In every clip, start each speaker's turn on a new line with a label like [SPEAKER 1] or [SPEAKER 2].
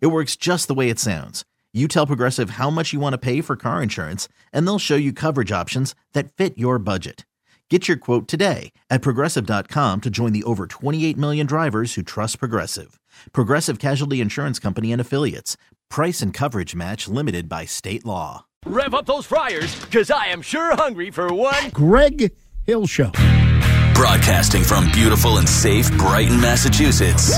[SPEAKER 1] It works just the way it sounds. You tell Progressive how much you want to pay for car insurance, and they'll show you coverage options that fit your budget. Get your quote today at progressive.com to join the over 28 million drivers who trust Progressive. Progressive Casualty Insurance Company and Affiliates. Price and coverage match limited by state law.
[SPEAKER 2] Rev up those fryers, because I am sure hungry for one.
[SPEAKER 3] Greg Hill Show.
[SPEAKER 4] Broadcasting from beautiful and safe Brighton, Massachusetts.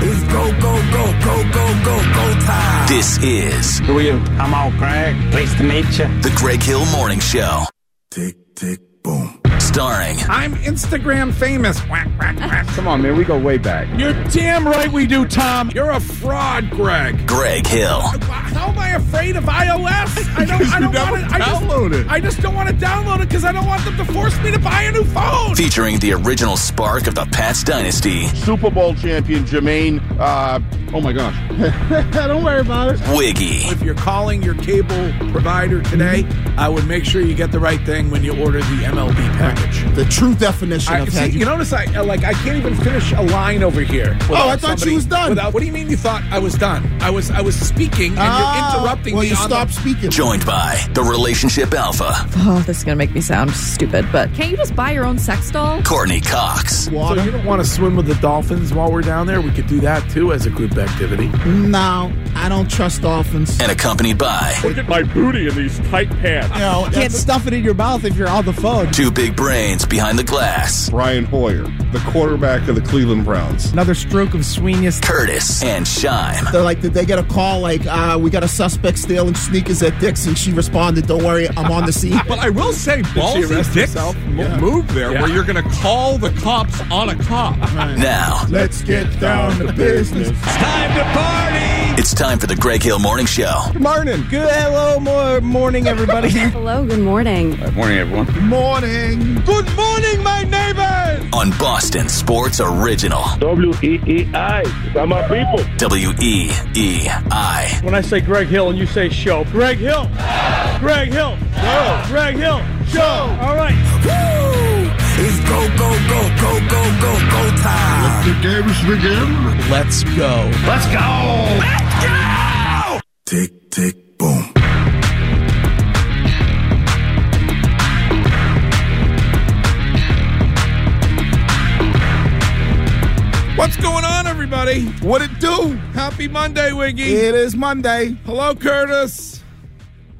[SPEAKER 5] It's go, go, go, go, go, go, go time.
[SPEAKER 4] This is
[SPEAKER 6] Who are you? I'm all Craig. Pleased to meet you.
[SPEAKER 4] the Greg Hill Morning Show,
[SPEAKER 5] Tick, tick, boom.
[SPEAKER 4] starring
[SPEAKER 3] I'm Instagram famous. Whack, whack, whack.
[SPEAKER 6] Come on, man. We go way back.
[SPEAKER 3] You're damn right we do, Tom. You're a fraud, Greg.
[SPEAKER 4] Greg Hill,
[SPEAKER 3] How am I afraid of iOS? I don't. I don't want it. I just, download it. I just don't want to download it because I don't want them to force me to buy a new phone.
[SPEAKER 4] featuring the original spark of the Pats dynasty
[SPEAKER 6] Super Bowl champion Jermaine. Uh, oh my gosh. Don't worry about it.
[SPEAKER 4] Wiggy
[SPEAKER 3] If you're calling your cable provider today, I would make sure you get the right thing when you order the MLB package.
[SPEAKER 7] The true definition
[SPEAKER 3] I,
[SPEAKER 7] of
[SPEAKER 3] see,
[SPEAKER 7] had
[SPEAKER 3] you
[SPEAKER 7] you.
[SPEAKER 3] notice I like I can't even finish a line over here. without
[SPEAKER 7] I thought you
[SPEAKER 3] somebody-
[SPEAKER 7] was done.
[SPEAKER 3] Without, what do you mean you thought I was done? I was I was speaking and you're
[SPEAKER 7] Ah,
[SPEAKER 3] interrupting
[SPEAKER 7] well,
[SPEAKER 3] me.
[SPEAKER 7] you
[SPEAKER 3] on
[SPEAKER 7] stop
[SPEAKER 3] the-
[SPEAKER 7] speaking.
[SPEAKER 4] joined by the relationship alpha,
[SPEAKER 8] Oh, this is gonna make me sound stupid, but can't you just buy your own sex doll?
[SPEAKER 4] Courtney Cox,
[SPEAKER 3] So you don't want to swim with the dolphins while we're down there? We could do that too as a group activity.
[SPEAKER 7] No, I don't trust dolphins.
[SPEAKER 4] and accompanied by
[SPEAKER 6] Look at my booty in these tight pants.
[SPEAKER 7] You know, can't stuff it in your mouth if you're on the phone.
[SPEAKER 4] two big brains behind the glass,
[SPEAKER 6] Brian Hoyer, the quarterback of the Cleveland Browns.
[SPEAKER 3] Another stroke of Sweeney's.
[SPEAKER 4] Curtis, and Shime.
[SPEAKER 7] They're like, did they get a call like, uh, we got a suspect stealing sneakers at Dick's? And she responded, don't worry, I'm on the scene.
[SPEAKER 3] But I will say, ballsy dicks m- move there where you're going to call the cops on a cop.
[SPEAKER 4] Now
[SPEAKER 7] Let's get down to business.
[SPEAKER 4] it's time for the Greg Hill Morning Show.
[SPEAKER 6] Good morning. Good hello more morning, everybody.
[SPEAKER 8] Hello, good morning.
[SPEAKER 6] morning, everyone.
[SPEAKER 7] Morning.
[SPEAKER 6] Good morning, my neighbors.
[SPEAKER 4] on Boston Sports Original.
[SPEAKER 6] W E E I. I'm my people.
[SPEAKER 4] W E E I.
[SPEAKER 6] When I say Greg Hill and you say show, Greg Hill. Greg Hill. Show. Greg Hill. Show. All right.
[SPEAKER 5] Woo! It's go, go, go, go, go, go, go time.
[SPEAKER 7] Let's go.
[SPEAKER 5] Tick, tick, boom.
[SPEAKER 3] What's going on, everybody? What it do? Happy Monday, Wiggy.
[SPEAKER 7] It is Monday.
[SPEAKER 3] Hello, Curtis.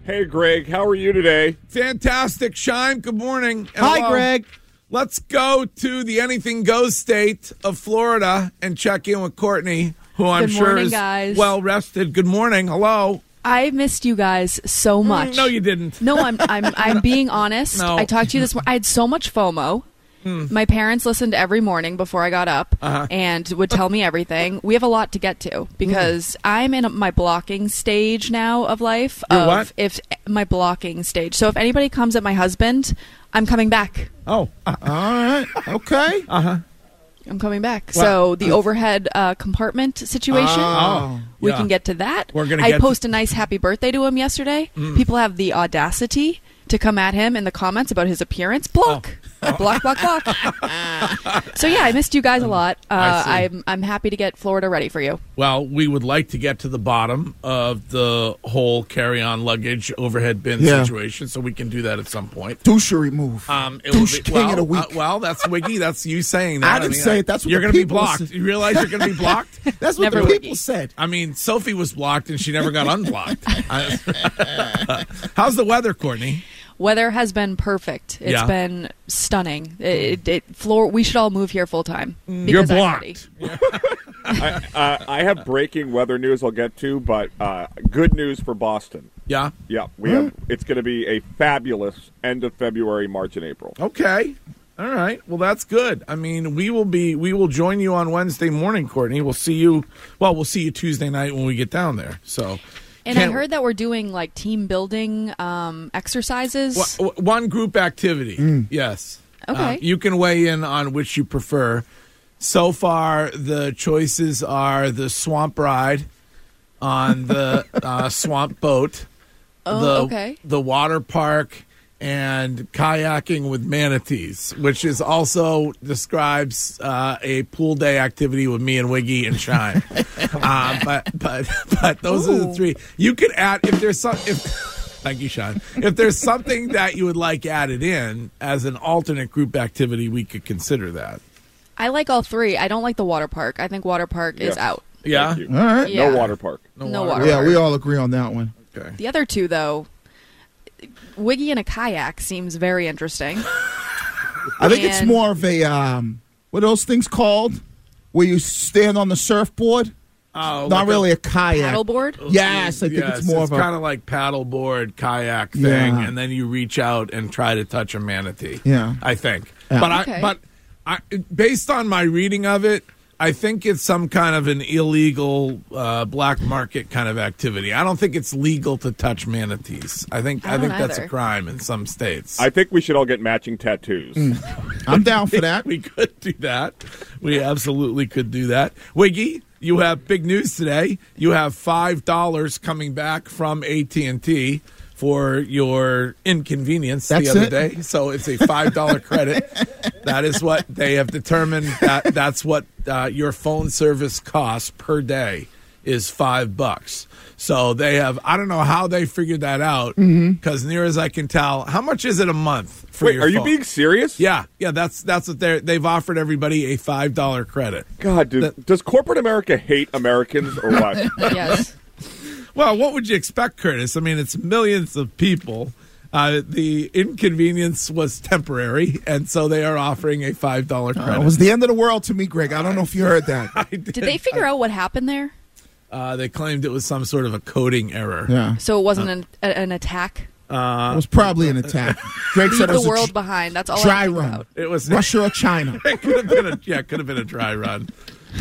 [SPEAKER 6] Hey, Greg. How are you today?
[SPEAKER 3] Fantastic. Shime, good morning. And
[SPEAKER 7] Hi,
[SPEAKER 3] hello.
[SPEAKER 7] Greg.
[SPEAKER 3] Let's go to the anything goes state of Florida and check in with Courtney, who I'm
[SPEAKER 7] Oh,
[SPEAKER 8] Good
[SPEAKER 3] sure
[SPEAKER 8] morning,
[SPEAKER 3] is
[SPEAKER 8] guys.
[SPEAKER 3] well rested. Good morning. Hello.
[SPEAKER 8] I missed you guys
[SPEAKER 6] Mm,
[SPEAKER 8] so much.
[SPEAKER 3] No, you didn't.
[SPEAKER 8] No, I'm I'm I'm being honest.
[SPEAKER 3] No.
[SPEAKER 8] I talked to you this morning. I had so much FOMO. My parents listened every morning before I got up
[SPEAKER 9] Uh-huh.
[SPEAKER 8] and would tell me everything. We have a lot to get to
[SPEAKER 9] Mm.
[SPEAKER 8] because I'm in my blocking stage now of life.
[SPEAKER 9] Your
[SPEAKER 8] of
[SPEAKER 9] what?
[SPEAKER 8] If my blocking stage. So if anybody comes at my husband, I'm coming back.
[SPEAKER 3] Oh, all
[SPEAKER 7] right, okay.
[SPEAKER 3] Uh huh.
[SPEAKER 8] I'm coming back.
[SPEAKER 3] Wow.
[SPEAKER 8] So the overhead uh, compartment situation.
[SPEAKER 3] Oh,
[SPEAKER 8] we
[SPEAKER 3] yeah.
[SPEAKER 8] can get to that.
[SPEAKER 3] We're gonna
[SPEAKER 8] I
[SPEAKER 3] get
[SPEAKER 8] post a nice happy birthday to him yesterday.
[SPEAKER 3] Mm.
[SPEAKER 8] People have the audacity to come at him in the comments about his appearance. Block,
[SPEAKER 3] Oh.
[SPEAKER 8] block, block, block. so yeah, I missed you guys a lot. Uh,
[SPEAKER 3] I see.
[SPEAKER 8] I'm I'm happy to get Florida ready for you.
[SPEAKER 3] Well, we would like to get to the bottom of the whole carry-on luggage overhead bin
[SPEAKER 7] Yeah.
[SPEAKER 3] situation, so we can do that at some point.
[SPEAKER 7] douchery move.
[SPEAKER 3] Um, it will
[SPEAKER 7] Douche
[SPEAKER 3] be,
[SPEAKER 7] king
[SPEAKER 3] well,
[SPEAKER 7] of the week.
[SPEAKER 3] uh, well, that's Wiggy. That's you saying that.
[SPEAKER 7] I didn't say it. That's what
[SPEAKER 3] you're
[SPEAKER 7] the
[SPEAKER 3] gonna be
[SPEAKER 7] people
[SPEAKER 3] blocked.
[SPEAKER 7] said.
[SPEAKER 3] You realize you're going to be blocked.
[SPEAKER 7] That's what the people said.
[SPEAKER 3] I mean, Sophie was blocked and she never got unblocked. I- How's the weather, Courtney?
[SPEAKER 8] Weather has been perfect. It's
[SPEAKER 3] Yeah.
[SPEAKER 8] been stunning. It, it, it Flor- We should all move here full time.
[SPEAKER 3] Mm.
[SPEAKER 10] You're
[SPEAKER 8] because I'm
[SPEAKER 10] blocked.
[SPEAKER 8] ready.
[SPEAKER 10] I, uh, I have breaking weather news I'll get to, but uh, good news for Boston.
[SPEAKER 3] Yeah.
[SPEAKER 10] Yeah, we have. It's going to be a fabulous end of February, March, and April.
[SPEAKER 3] Oh. Okay. All right. Well, that's good. I mean, we will be we will join you on Wednesday morning, Courtney. We'll see you. Well, we'll see you Tuesday night when we get down there. So,
[SPEAKER 8] And I heard that we're doing like team building um, exercises.
[SPEAKER 3] Wha- wha- one group activity. Yes. Uh,
[SPEAKER 8] Okay.
[SPEAKER 3] you can weigh in on which you prefer. So far, the choices are the swamp ride on the uh, swamp boat,
[SPEAKER 8] Oh,
[SPEAKER 3] the,
[SPEAKER 8] okay.
[SPEAKER 3] the water park, and kayaking with manatees, which is also describes uh, a pool day activity with me and Wiggy and Shine. uh, but but but those are the three. You could add if there's some if. Thank you, Sean. If there's something that you would like added in as an alternate group activity, we could consider that.
[SPEAKER 8] I like all three. I don't like the water park. I think water park is out.
[SPEAKER 3] Yeah.
[SPEAKER 7] All right.
[SPEAKER 8] No Yeah. water
[SPEAKER 10] park.
[SPEAKER 8] No No water water
[SPEAKER 7] Yeah,
[SPEAKER 8] park.
[SPEAKER 7] we all agree on that one.
[SPEAKER 3] Okay.
[SPEAKER 8] The other two, though, Wiggy in a kayak seems very interesting.
[SPEAKER 7] I think it's
[SPEAKER 8] And-
[SPEAKER 7] more of a um, what are those things called where you stand on the surfboard.
[SPEAKER 3] Oh,
[SPEAKER 7] not
[SPEAKER 3] like
[SPEAKER 7] really
[SPEAKER 3] a- Oh,
[SPEAKER 7] a, kayak.
[SPEAKER 8] Paddleboard?
[SPEAKER 7] Yes, I think
[SPEAKER 3] Yes,
[SPEAKER 7] it's more of a
[SPEAKER 3] kind of like paddleboard kayak thing,
[SPEAKER 7] Yeah.
[SPEAKER 3] and then you reach out and try to touch a manatee.
[SPEAKER 7] Yeah.
[SPEAKER 3] I think.
[SPEAKER 7] Yeah.
[SPEAKER 3] But I,
[SPEAKER 7] Okay.
[SPEAKER 3] but I, based on my reading of it, I think it's some kind of an illegal uh, black market kind of activity. I don't think it's legal to touch manatees. I think I,
[SPEAKER 10] I don't
[SPEAKER 3] think that's a
[SPEAKER 10] either.
[SPEAKER 3] crime in some states.
[SPEAKER 10] I think we should all get matching tattoos.
[SPEAKER 3] Mm.
[SPEAKER 7] I'm down for that.
[SPEAKER 3] we could do that. We absolutely could do that. Wiggy, you have big news today. You have five dollars coming back from AT and T for your inconvenience
[SPEAKER 7] That's
[SPEAKER 3] the other
[SPEAKER 7] it?
[SPEAKER 3] day. So it's a five dollar credit. That is what they have determined. That that's what uh, your phone service costs per day is five bucks. So they have. I don't know how they figured that out.
[SPEAKER 7] Mhm.
[SPEAKER 3] Because near as I can tell, how much is it a month for
[SPEAKER 10] Wait,
[SPEAKER 3] your
[SPEAKER 10] are you
[SPEAKER 3] phone?
[SPEAKER 10] being serious?
[SPEAKER 3] Yeah, yeah. That's that's what they they've offered everybody a five dollar credit.
[SPEAKER 10] God, do, does corporate America hate Americans or what?
[SPEAKER 8] yes.
[SPEAKER 3] Well, what would you expect, Curtis? I mean, it's millions of people. Uh, the inconvenience was temporary, and so they are offering a five dollar
[SPEAKER 7] Uh,
[SPEAKER 3] credit.
[SPEAKER 7] it was the end of the world to me, Greg. I don't know if you heard that.
[SPEAKER 8] Did they figure out what happened there?
[SPEAKER 3] uh, they claimed it was some sort of a coding error.
[SPEAKER 7] Yeah.
[SPEAKER 8] So it
[SPEAKER 7] Uh,
[SPEAKER 8] wasn't an, a, an attack.
[SPEAKER 3] Uh,
[SPEAKER 7] it was probably an attack. Greg
[SPEAKER 8] Leave
[SPEAKER 7] said it
[SPEAKER 8] the
[SPEAKER 7] was
[SPEAKER 8] world
[SPEAKER 7] a tr-
[SPEAKER 8] behind. That's all. I
[SPEAKER 7] dry
[SPEAKER 8] think
[SPEAKER 7] run.
[SPEAKER 8] About.
[SPEAKER 3] It was
[SPEAKER 7] Russia or China.
[SPEAKER 3] it could have been a yeah, it could have been a dry run,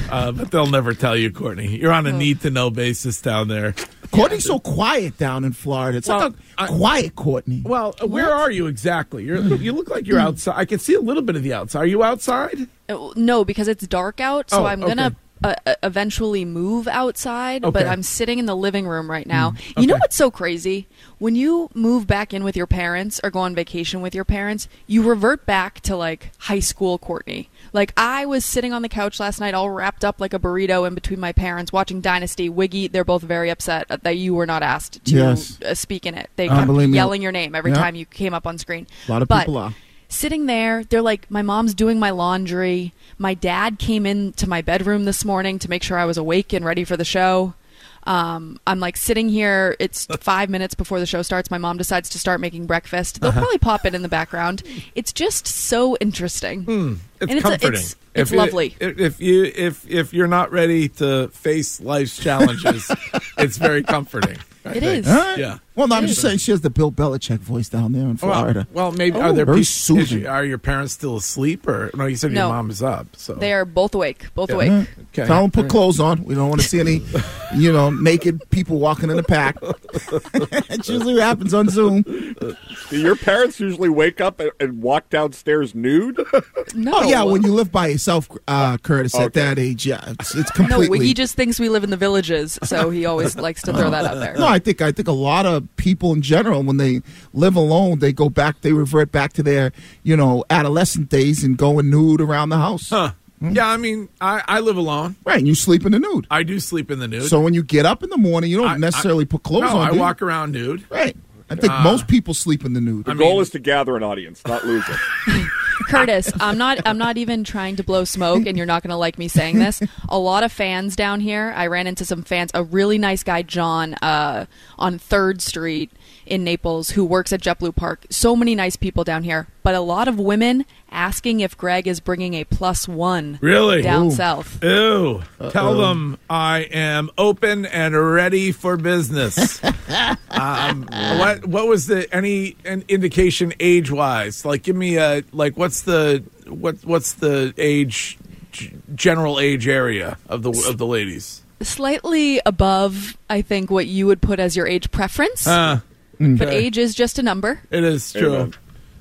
[SPEAKER 3] uh, but they'll never tell you, Courtney. You're on a need to know basis down there.
[SPEAKER 7] Courtney's so quiet down in Florida. It's like a quiet Courtney.
[SPEAKER 3] Well, uh, where are you exactly? You're, you look like you're outside. I can see a little bit of the outside. Are you outside?
[SPEAKER 8] Uh, No, because it's dark out, so
[SPEAKER 3] Oh,
[SPEAKER 8] I'm gonna. Uh, uh, eventually move outside, but
[SPEAKER 3] Okay.
[SPEAKER 8] I'm sitting in the living room right now.
[SPEAKER 7] Mm,
[SPEAKER 8] You know what's so crazy? When you move back in with your parents or go on vacation with your parents, you revert back to like high school Courtney. Like I was sitting on the couch last night, all wrapped up like a burrito in between my parents, watching Dynasty. Wiggy, they're both very upset that you were not asked to
[SPEAKER 7] Yes.
[SPEAKER 8] uh, speak in it. They
[SPEAKER 7] Uh,
[SPEAKER 8] kept
[SPEAKER 7] believe me.
[SPEAKER 8] yelling your name every
[SPEAKER 7] Yeah.
[SPEAKER 8] time you came up on screen.
[SPEAKER 7] A lot of
[SPEAKER 8] But-
[SPEAKER 7] people are.
[SPEAKER 8] sitting there they're like my mom's doing my laundry my dad came into my bedroom this morning to make sure i was awake and ready for the show um, i'm like sitting here it's five minutes before the show starts my mom decides to start making breakfast they'll
[SPEAKER 3] Uh-huh.
[SPEAKER 8] probably pop it in the background it's just so interesting
[SPEAKER 3] Hmm. It's
[SPEAKER 8] And it's a-
[SPEAKER 3] comforting.
[SPEAKER 8] it's- it's
[SPEAKER 3] If you-
[SPEAKER 8] lovely.
[SPEAKER 3] If, if you if if you're not ready to face life's challenges, it's very comforting. I
[SPEAKER 8] It
[SPEAKER 3] think.
[SPEAKER 8] is. All right.
[SPEAKER 3] Yeah.
[SPEAKER 7] Well, no, I'm just saying she has the Bill Belichick voice down there in Florida. Oh,
[SPEAKER 3] Well, well, maybe are there
[SPEAKER 7] Very
[SPEAKER 3] people, is
[SPEAKER 7] soothing.
[SPEAKER 3] you- are your parents still asleep or no? You said
[SPEAKER 8] No.
[SPEAKER 3] your mom is up. So
[SPEAKER 8] They are both awake. Both
[SPEAKER 3] Oh. Yeah.
[SPEAKER 8] awake.
[SPEAKER 3] Okay.
[SPEAKER 7] Tell them put clothes on. We don't want to see any, you know, naked people walking in the pack. It's usually what happens on Zoom.
[SPEAKER 10] Do your parents usually wake up and, and walk downstairs nude?
[SPEAKER 8] No.
[SPEAKER 7] Oh yeah, when you live by yourself, uh, Curtis, at that age, yeah, it's, it's
[SPEAKER 8] No,
[SPEAKER 7] completely.
[SPEAKER 8] he just thinks we live in the villages, so he always likes to throw that out there.
[SPEAKER 7] No, I think I think a lot of people in general, when they live alone, they go back, they revert back to their you know adolescent days and going nude around the house. Hmm.
[SPEAKER 3] Huh. Yeah, I mean, I, I live alone.
[SPEAKER 7] Right, and you sleep in the nude.
[SPEAKER 3] I do sleep in the nude.
[SPEAKER 7] So when you get up in the morning, you don't
[SPEAKER 3] I-
[SPEAKER 7] necessarily
[SPEAKER 3] I-
[SPEAKER 7] put clothes
[SPEAKER 3] no,
[SPEAKER 7] on.
[SPEAKER 3] I
[SPEAKER 7] do you?
[SPEAKER 3] walk around nude.
[SPEAKER 7] Right. I think
[SPEAKER 3] Uh,
[SPEAKER 7] most people sleep in the nude.
[SPEAKER 10] The goal is to gather an audience, not lose it.
[SPEAKER 8] Curtis, I'm not I'm not even trying to blow smoke and you're not going to like me saying this. A lot of fans down here. I ran into some fans, a really nice guy John uh, on 3rd Street in Naples who works at JetBlue Park. So many nice people down here, but a lot of women asking if Greg is bringing a plus 1
[SPEAKER 3] Really?
[SPEAKER 8] down
[SPEAKER 3] Ooh.
[SPEAKER 8] south.
[SPEAKER 3] Ew. Tell them I am open and ready for business. um, what what was the any an indication age wise? Like give me a like what's the what what's the age g- general age area of the of the ladies?
[SPEAKER 8] Slightly above I think what you would put as your age preference,
[SPEAKER 3] Uh,
[SPEAKER 8] but
[SPEAKER 3] okay.
[SPEAKER 8] age is just a number.
[SPEAKER 3] It is true.
[SPEAKER 10] Amen.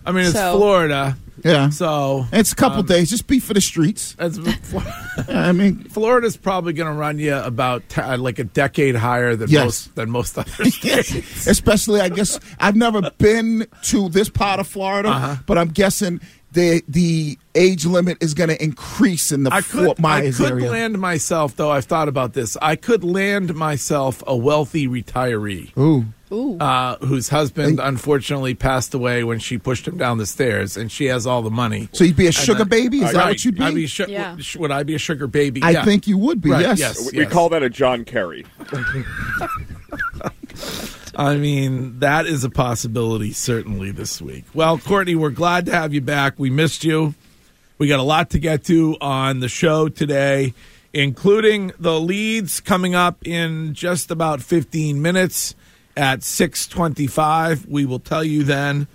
[SPEAKER 3] I mean it's
[SPEAKER 8] So-
[SPEAKER 3] Florida.
[SPEAKER 7] Yeah.
[SPEAKER 3] So
[SPEAKER 7] It's a couple days. Just be for the streets.
[SPEAKER 3] that's
[SPEAKER 7] I mean,
[SPEAKER 3] Florida's probably going to run you about t- uh, like a decade higher than
[SPEAKER 7] Yes.
[SPEAKER 3] most than most other states.
[SPEAKER 7] especially I guess I've never been to this part of Florida,
[SPEAKER 3] Uh-huh.
[SPEAKER 7] but I'm guessing the the age limit is going to increase in the
[SPEAKER 3] I could,
[SPEAKER 7] Fort Myers
[SPEAKER 3] I could
[SPEAKER 7] area.
[SPEAKER 3] land myself, though. I've thought about this. I could land myself a wealthy retiree
[SPEAKER 7] Ooh.
[SPEAKER 8] Ooh.
[SPEAKER 3] uh, whose husband unfortunately passed away when she pushed him down the stairs, and she has all the money.
[SPEAKER 7] So you'd be a sugar baby? Is that
[SPEAKER 3] Right.
[SPEAKER 7] what you'd be?
[SPEAKER 3] I'd be shu-
[SPEAKER 8] Yeah.
[SPEAKER 3] would- Would I be a sugar baby?
[SPEAKER 7] I
[SPEAKER 3] Yeah.
[SPEAKER 7] think you would be.
[SPEAKER 3] Right,
[SPEAKER 7] Yes.
[SPEAKER 3] yes.
[SPEAKER 10] We call that a John Kerry.
[SPEAKER 3] I mean, that is a possibility, certainly, this week. Well, Courtney, we're glad to have you back. We missed you. We got a lot to get to on the show today, including the leads coming up in just about 15 minutes at 625. We will tell you then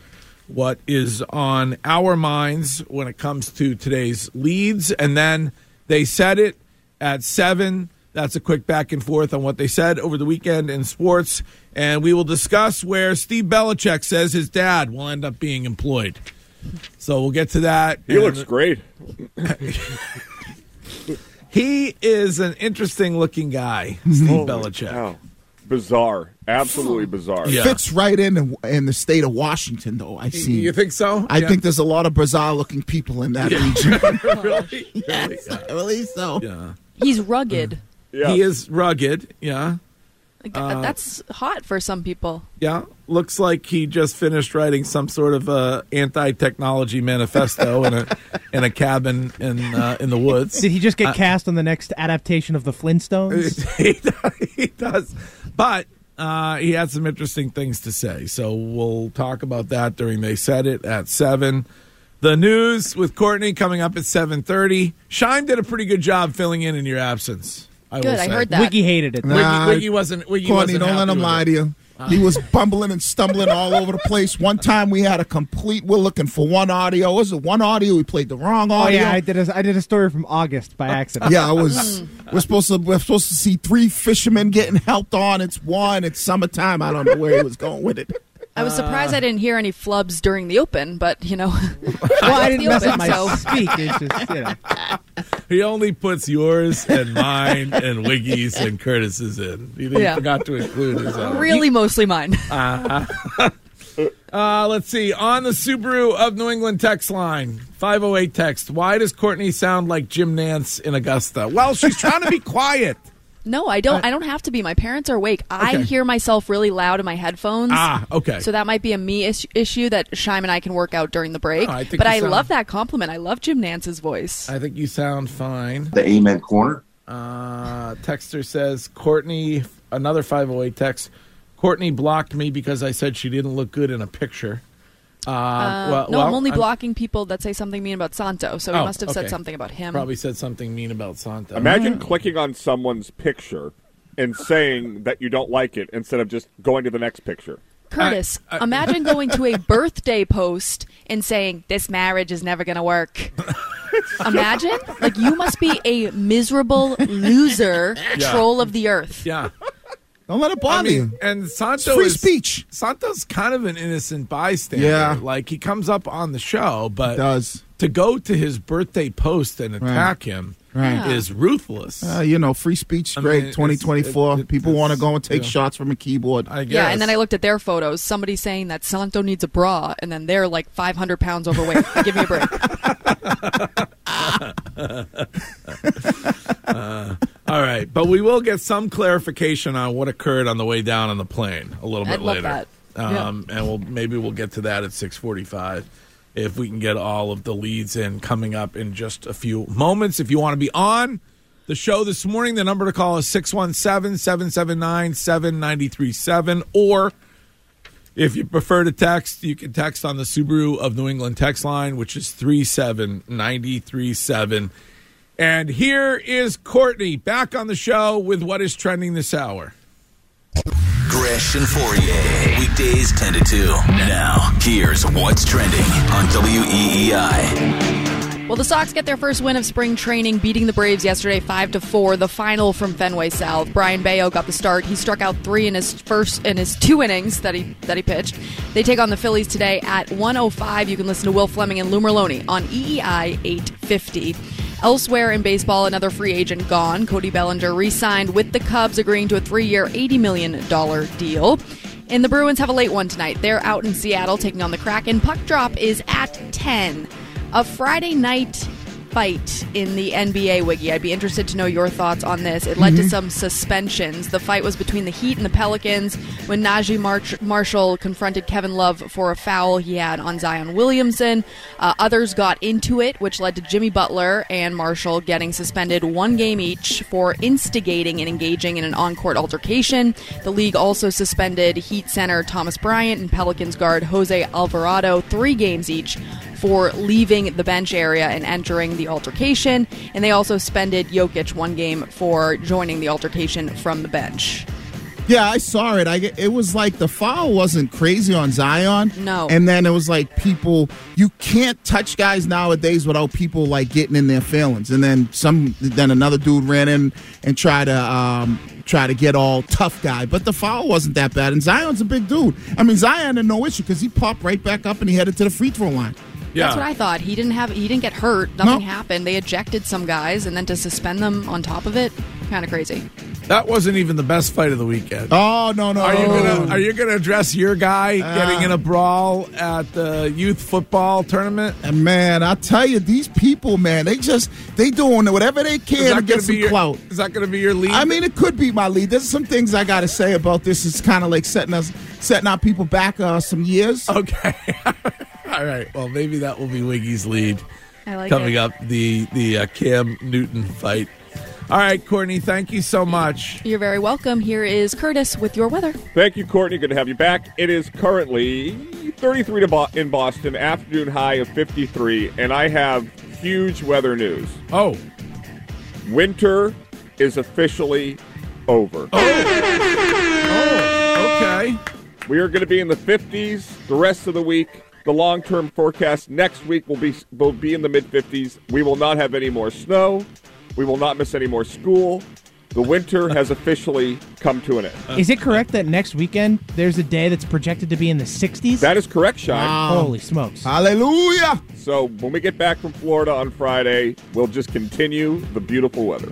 [SPEAKER 3] what is on our minds when it comes to today's leads. And then they said it at seven. That's a quick back and forth on what they said over the weekend in sports. And we will discuss where Steve Belichick says his dad will end up being employed. So we'll get to that.
[SPEAKER 10] He looks great.
[SPEAKER 3] He is an interesting looking guy, Steve Belichick.
[SPEAKER 10] Wow. Bizarre. Absolutely bizarre.
[SPEAKER 3] Yeah.
[SPEAKER 7] Fits right in, in in the state of Washington, though. I see.
[SPEAKER 3] You think so?
[SPEAKER 7] I
[SPEAKER 3] Yeah.
[SPEAKER 7] think there's a lot of bizarre-looking people in that region.
[SPEAKER 3] really? Really?
[SPEAKER 7] I believe so.
[SPEAKER 3] Yeah.
[SPEAKER 8] He's rugged.
[SPEAKER 10] Yeah.
[SPEAKER 3] He is rugged. Yeah.
[SPEAKER 8] Like,
[SPEAKER 3] Uh,
[SPEAKER 8] Uh, that's hot for some people.
[SPEAKER 3] Yeah, looks like he just finished writing some sort of uh, anti-technology manifesto in a in a cabin in uh, in the woods.
[SPEAKER 9] Did he just
[SPEAKER 7] Uh,
[SPEAKER 9] get cast on the next adaptation of The Flintstones?
[SPEAKER 3] he, he does, but uh, he had some interesting things to say. So we'll talk about that during they said it at seven. The news with Courtney coming up at seven thirty. Shine did a pretty good job filling in in your absence. I will
[SPEAKER 8] Good, I
[SPEAKER 3] say.
[SPEAKER 8] heard that.
[SPEAKER 9] Wiki hated it.
[SPEAKER 7] Nah.
[SPEAKER 3] Wiggy, Wiggy wasn't. Wiggy
[SPEAKER 7] Courtney,
[SPEAKER 3] wasn't
[SPEAKER 7] don't let
[SPEAKER 3] happy
[SPEAKER 7] him
[SPEAKER 3] with
[SPEAKER 7] lie
[SPEAKER 3] it. Uh-huh.
[SPEAKER 7] to you. He was bumbling and stumbling all over the place. One time we had a complete. We're looking for one audio. Was it one audio? We played the wrong
[SPEAKER 9] Oh
[SPEAKER 7] audio.
[SPEAKER 9] yeah, I did. A, I did a story from August by accident.
[SPEAKER 7] Yeah, I was. We're supposed to. We're supposed to see three fishermen getting helped on. It's one. It's summertime. I don't know where he was going with it.
[SPEAKER 8] I
[SPEAKER 3] uh,
[SPEAKER 8] was surprised I didn't hear any flubs during the open, but you know,
[SPEAKER 9] well, I didn't mess up my
[SPEAKER 8] So-
[SPEAKER 9] speak. It's just you know.
[SPEAKER 3] He only puts yours and mine and Wiggy's and Curtis's in. He he
[SPEAKER 8] Yeah.
[SPEAKER 3] forgot to include his own. Uh-huh.
[SPEAKER 8] really mostly mine.
[SPEAKER 3] Uh, let's see. On the Subaru of New England text line, 508 text. Why does Courtney sound like Jim Nance in Augusta? Well, she's trying to be quiet.
[SPEAKER 8] no, I don't. I don't have to be. My parents are awake. I hear myself really loud in my headphones.
[SPEAKER 3] Ah, okay.
[SPEAKER 8] So that might be a me is- issue that Shime and I can work out during the break.
[SPEAKER 3] No, Oh, I think
[SPEAKER 8] but
[SPEAKER 3] you
[SPEAKER 8] I
[SPEAKER 3] sound-
[SPEAKER 8] love that compliment. I love Jim Nance's voice.
[SPEAKER 3] I think you sound fine.
[SPEAKER 11] the Amen Corner.
[SPEAKER 3] Uh, texter says, Courtney, another 508 text. Courtney blocked me because I said she didn't look good in a picture. Uh,
[SPEAKER 8] Uh,
[SPEAKER 3] well,
[SPEAKER 8] no, I'm
[SPEAKER 3] well,
[SPEAKER 8] only blocking people that say something mean about Santo, so
[SPEAKER 3] Oh,
[SPEAKER 8] he must have
[SPEAKER 3] okay.
[SPEAKER 8] said something about him.
[SPEAKER 3] Probably said something mean about Santa.
[SPEAKER 10] Imagine clicking on someone's picture and saying that you don't like it instead of just going to the next picture.
[SPEAKER 8] Curtis, imagine going to a birthday post and saying, This marriage is never going to work. imagine? Like, you must be a miserable loser,
[SPEAKER 3] Yeah.
[SPEAKER 8] troll of the earth.
[SPEAKER 3] Yeah.
[SPEAKER 7] Don't let it
[SPEAKER 8] bother
[SPEAKER 7] you.
[SPEAKER 3] And Santo
[SPEAKER 7] It's free
[SPEAKER 3] is,
[SPEAKER 7] speech.
[SPEAKER 3] Santo's kind of an innocent bystander.
[SPEAKER 7] Yeah.
[SPEAKER 3] like he comes up on the show, but
[SPEAKER 7] does.
[SPEAKER 3] to go to his birthday post and attack him
[SPEAKER 7] Right.
[SPEAKER 3] is ruthless.
[SPEAKER 7] Uh, you know, free speech, is great.
[SPEAKER 3] it's-
[SPEAKER 7] Twenty twenty four. People want to go and take
[SPEAKER 3] yeah.
[SPEAKER 7] shots from a keyboard.
[SPEAKER 3] I
[SPEAKER 8] Yeah, and then I looked at their photos. Somebody saying that Santo needs a bra, and then they're like 500 pounds overweight. Give me a break.
[SPEAKER 3] Uh, all right, but we will get some clarification on what occurred on the way down on the plane a little bit
[SPEAKER 8] I'd love
[SPEAKER 3] later.
[SPEAKER 8] that.
[SPEAKER 3] Um, and we'll maybe we'll get to that at 6:45 if we can get all of the leads in coming up in just a few moments. If you want to be on the show this morning, the number to call is 617-779-7937 or if you prefer to text, you can text on the Subaru of New England text line, which is 37937. And here is Courtney back on the show with what is trending this hour.
[SPEAKER 4] Gresh and Fourier. Weekdays 10 to 2. Now, here's what's trending on E WEEI.
[SPEAKER 8] Well, the Sox get their first win of spring training, beating the Braves yesterday, five to four. The final from Fenway South. Brian Bayo got the start. He struck out three in his first in his two innings that he that he pitched. They take on the Phillies today at 1:05. You can listen to Will Fleming and Lou Merlone on E EEI 850. Elsewhere in baseball, another free agent gone. Cody Bellinger re-signed with the Cubs, agreeing to a three-year, $80 million deal. And the Bruins have a late one tonight. They're out in Seattle taking on the Kraken. Puck drop is at 10 a Friday night fight in the NBA wiggy. I'd be interested to know your thoughts on this. It led to
[SPEAKER 11] Mhm.
[SPEAKER 8] some suspensions. The fight was between the Heat and the Pelicans when Najee March- Marshall confronted Kevin Love for a foul he had on Zion Williamson. Uh, others got into it, which led to Jimmy Butler and Marshall getting suspended one game each for instigating and engaging in an on-court altercation. The league also suspended Heat center Thomas Bryant and Pelicans guard Jose Alvarado 3 games each for leaving the bench area and entering the altercation. And they also suspended Jokic one game for joining the altercation from the bench.
[SPEAKER 7] Yeah, I saw it. I get- it was like the foul wasn't crazy on Zion.
[SPEAKER 8] No.
[SPEAKER 7] And then it was like people you can't touch guys nowadays without people like getting in their feelings. And then some then another dude ran in and tried to um try to get all tough guy. But the foul wasn't that bad. And Zion's a big dude. I mean Zion had no issue because he popped right back up and he headed to the free throw line.
[SPEAKER 8] That's what I thought. He didn't have he didn't get hurt. Nothing happened. They ejected some guys and then to suspend them on top of it, kind of crazy.
[SPEAKER 3] That wasn't even the best fight of the weekend.
[SPEAKER 7] Oh no no! Uh,
[SPEAKER 3] Are you gonna are you gonna address your guy getting in a brawl at the youth football tournament?
[SPEAKER 7] And man, I tell you, these people, man, they just they doing whatever they
[SPEAKER 3] Is that
[SPEAKER 7] can to
[SPEAKER 3] gonna
[SPEAKER 7] get
[SPEAKER 3] be
[SPEAKER 7] some
[SPEAKER 3] your-
[SPEAKER 7] clout.
[SPEAKER 3] Is that going to be your lead?
[SPEAKER 7] I mean, it could be my lead. There's some things I got to say about this. It's kind of like setting us, setting our people back uh, some years.
[SPEAKER 3] Okay. All right. Well, maybe that will be Wiggy's lead
[SPEAKER 8] I like
[SPEAKER 3] coming
[SPEAKER 8] it.
[SPEAKER 3] up the the uh, Cam Newton fight. All right, Courtney. Thank you so much.
[SPEAKER 8] You're very welcome. Here is Curtis with your weather.
[SPEAKER 10] Thank you, Courtney. Good to have you back. It is currently 33 to Bo- in Boston, afternoon high of 53, and I have huge weather news.
[SPEAKER 3] Oh.
[SPEAKER 10] Winter is officially over.
[SPEAKER 3] Oh. okay.
[SPEAKER 10] We are going to be in the 50s the rest of the week. The long-term forecast next week will be will be in the mid 50s. We will not have any more snow. We will not miss any more school. The winter has officially come to an end.
[SPEAKER 9] Is it correct that next weekend there's a day that's projected to be in the 60s?
[SPEAKER 10] That is correct, Shine.
[SPEAKER 9] Holy smokes.
[SPEAKER 7] Hallelujah.
[SPEAKER 10] So when we get back from Florida on Friday, we'll just continue the beautiful weather.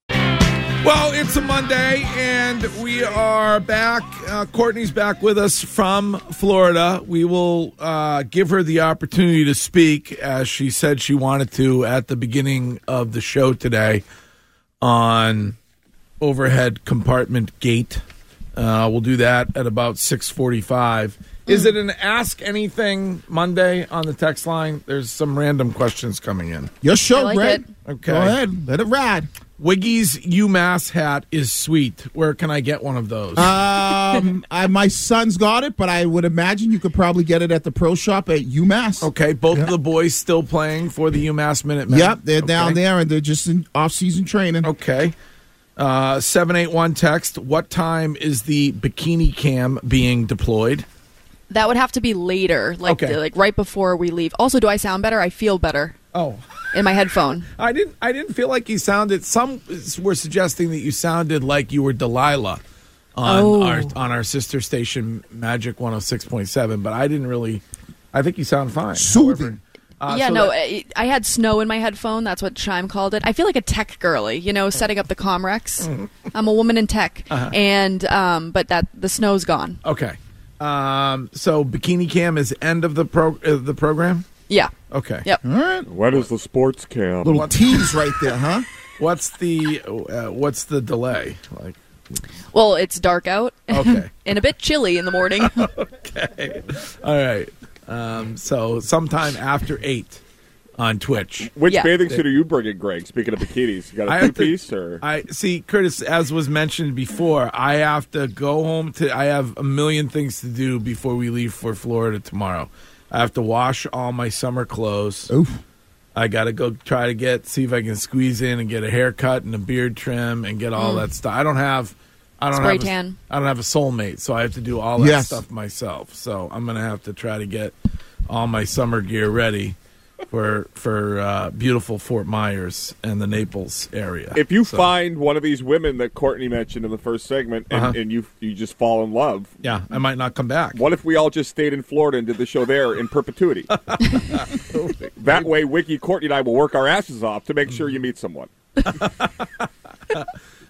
[SPEAKER 3] Well, it's a Monday, and we are back. Uh, Courtney's back with us from Florida. We will uh, give her the opportunity to speak, as she said she wanted to at the beginning of the show today, on overhead compartment gate. Uh, we'll do that at about six forty-five. Is it an Ask Anything Monday on the text line? There's some random questions coming in.
[SPEAKER 7] Your show, I like Brett. it.
[SPEAKER 3] Okay.
[SPEAKER 7] Go ahead. Let it ride.
[SPEAKER 3] Wiggy's UMass hat is sweet. Where can I get one of those?
[SPEAKER 7] Um, I, my son's got it, but I would imagine you could probably get it at the pro shop at UMass.
[SPEAKER 3] Okay, both of the boys still playing for the UMass Minutemen.
[SPEAKER 7] Yep, they're down there and they're just in off-season training.
[SPEAKER 3] Okay. Uh, 781 text. What time is the bikini cam being deployed?
[SPEAKER 8] That would have to be later, like
[SPEAKER 3] Okay.
[SPEAKER 8] like right before we leave. Also, do I sound better? I feel better
[SPEAKER 3] Oh.
[SPEAKER 8] in my headphone.
[SPEAKER 3] I didn't. I didn't feel like you sounded. Some were suggesting that you sounded like you were Delilah on
[SPEAKER 8] Oh.
[SPEAKER 3] our on our sister station Magic One Hundred Six Point Seven, but I didn't really. I think you sound fine. Uh, Soothing.
[SPEAKER 7] Uh,
[SPEAKER 8] yeah, no, I, I had snow in my headphone. That's what Chime called it. I feel like a tech girly, you
[SPEAKER 7] Mm.
[SPEAKER 8] know, setting up the
[SPEAKER 7] Mm-hmm.
[SPEAKER 8] Comrex. I'm a woman in tech,
[SPEAKER 3] Uh-huh.
[SPEAKER 8] and um, but that the snow's gone.
[SPEAKER 3] okay. Um, so bikini cam is end of the pro uh, the program.
[SPEAKER 8] Yeah.
[SPEAKER 3] Okay.
[SPEAKER 8] Yep.
[SPEAKER 7] All right.
[SPEAKER 10] When is the sports camp?
[SPEAKER 7] Little tease right there, huh?
[SPEAKER 3] What's the uh, what's the delay like?
[SPEAKER 8] Well, it's dark out.
[SPEAKER 3] Okay.
[SPEAKER 8] and a bit chilly in the morning.
[SPEAKER 3] Okay. All right. Um, so sometime after eight on Twitch.
[SPEAKER 10] Which bathing suit are you bringing, Greg? Speaking of bikinis, you got
[SPEAKER 3] I
[SPEAKER 10] a
[SPEAKER 3] have
[SPEAKER 10] two
[SPEAKER 3] to-
[SPEAKER 10] piece or
[SPEAKER 3] I see, Curtis. As was mentioned before, I have to go home to. I have a million things to do before we leave for Florida tomorrow. I have to wash all my summer clothes.
[SPEAKER 7] Oof.
[SPEAKER 3] I got to go try to get see if I can squeeze in and get a haircut and a beard trim and get all
[SPEAKER 8] Mm.
[SPEAKER 3] that stuff. I don't have. I don't
[SPEAKER 8] Spray
[SPEAKER 3] have.
[SPEAKER 8] tan.
[SPEAKER 3] A, I don't have a soulmate, so I have to do all that
[SPEAKER 7] Yes.
[SPEAKER 3] stuff myself. So I'm gonna have to try to get all my summer gear ready. For for uh, beautiful Fort Myers and the Naples area.
[SPEAKER 10] If you
[SPEAKER 3] So-
[SPEAKER 10] find one of these women that Courtney mentioned in the first segment, and,
[SPEAKER 3] Uh-huh.
[SPEAKER 10] and you you just fall in love,
[SPEAKER 3] Yeah, I might not come back.
[SPEAKER 10] what if we all just stayed in Florida and did the show there in perpetuity? that way, Wiki, Courtney, and I will work our asses off to make sure you meet someone.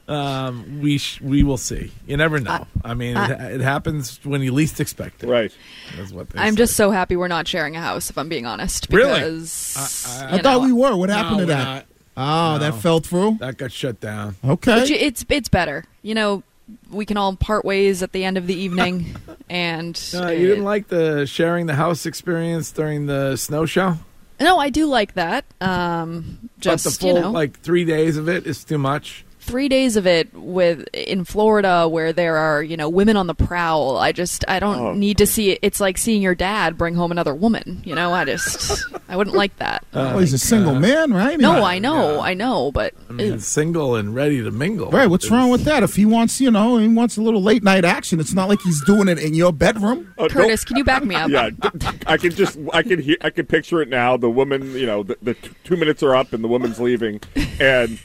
[SPEAKER 3] Um, we sh- we will see. You never know. I, mean, it,
[SPEAKER 8] I-
[SPEAKER 3] it happens when you least expect it.
[SPEAKER 10] Right.
[SPEAKER 3] That's what they
[SPEAKER 8] I'm
[SPEAKER 3] say.
[SPEAKER 8] just so happy we're not sharing a house, if I'm being honest.
[SPEAKER 3] Really?
[SPEAKER 8] Because,
[SPEAKER 3] I-
[SPEAKER 7] I
[SPEAKER 8] you
[SPEAKER 7] thought
[SPEAKER 8] know,
[SPEAKER 7] we were. What happened
[SPEAKER 3] No,
[SPEAKER 7] to
[SPEAKER 3] we're
[SPEAKER 7] that? Oh, that fell through.
[SPEAKER 3] That got shut down.
[SPEAKER 7] Okay.
[SPEAKER 8] but you- it's it's better. You know, we can all part ways at the end of the evening, and
[SPEAKER 3] Uh, you didn't like the sharing the house experience during the snow show.
[SPEAKER 8] no, I do like that. Um, just
[SPEAKER 3] but the full
[SPEAKER 8] you know,
[SPEAKER 3] like three days of it is too much.
[SPEAKER 8] three days of it with in Florida, where there are you know women on the prowl. I just I don't
[SPEAKER 3] Oh.
[SPEAKER 8] need to see it. It's like seeing your dad bring home another woman. You know, I just I wouldn't like that.
[SPEAKER 7] well, Oh,
[SPEAKER 3] Uh,
[SPEAKER 7] he's a single man, right?
[SPEAKER 8] no, I know, I know, but
[SPEAKER 3] I
[SPEAKER 8] uh,
[SPEAKER 3] mean, single and ready to mingle.
[SPEAKER 7] Right, what's wrong with that? If he wants, you know, he wants a little late night action. It's not like he's doing it in your bedroom.
[SPEAKER 10] Uh, don't-
[SPEAKER 8] Curtis, can you back me up?
[SPEAKER 10] Yeah, d- I can just I can hear I can picture it now. The woman, you know, the, the t- two minutes are up and the woman's leaving, and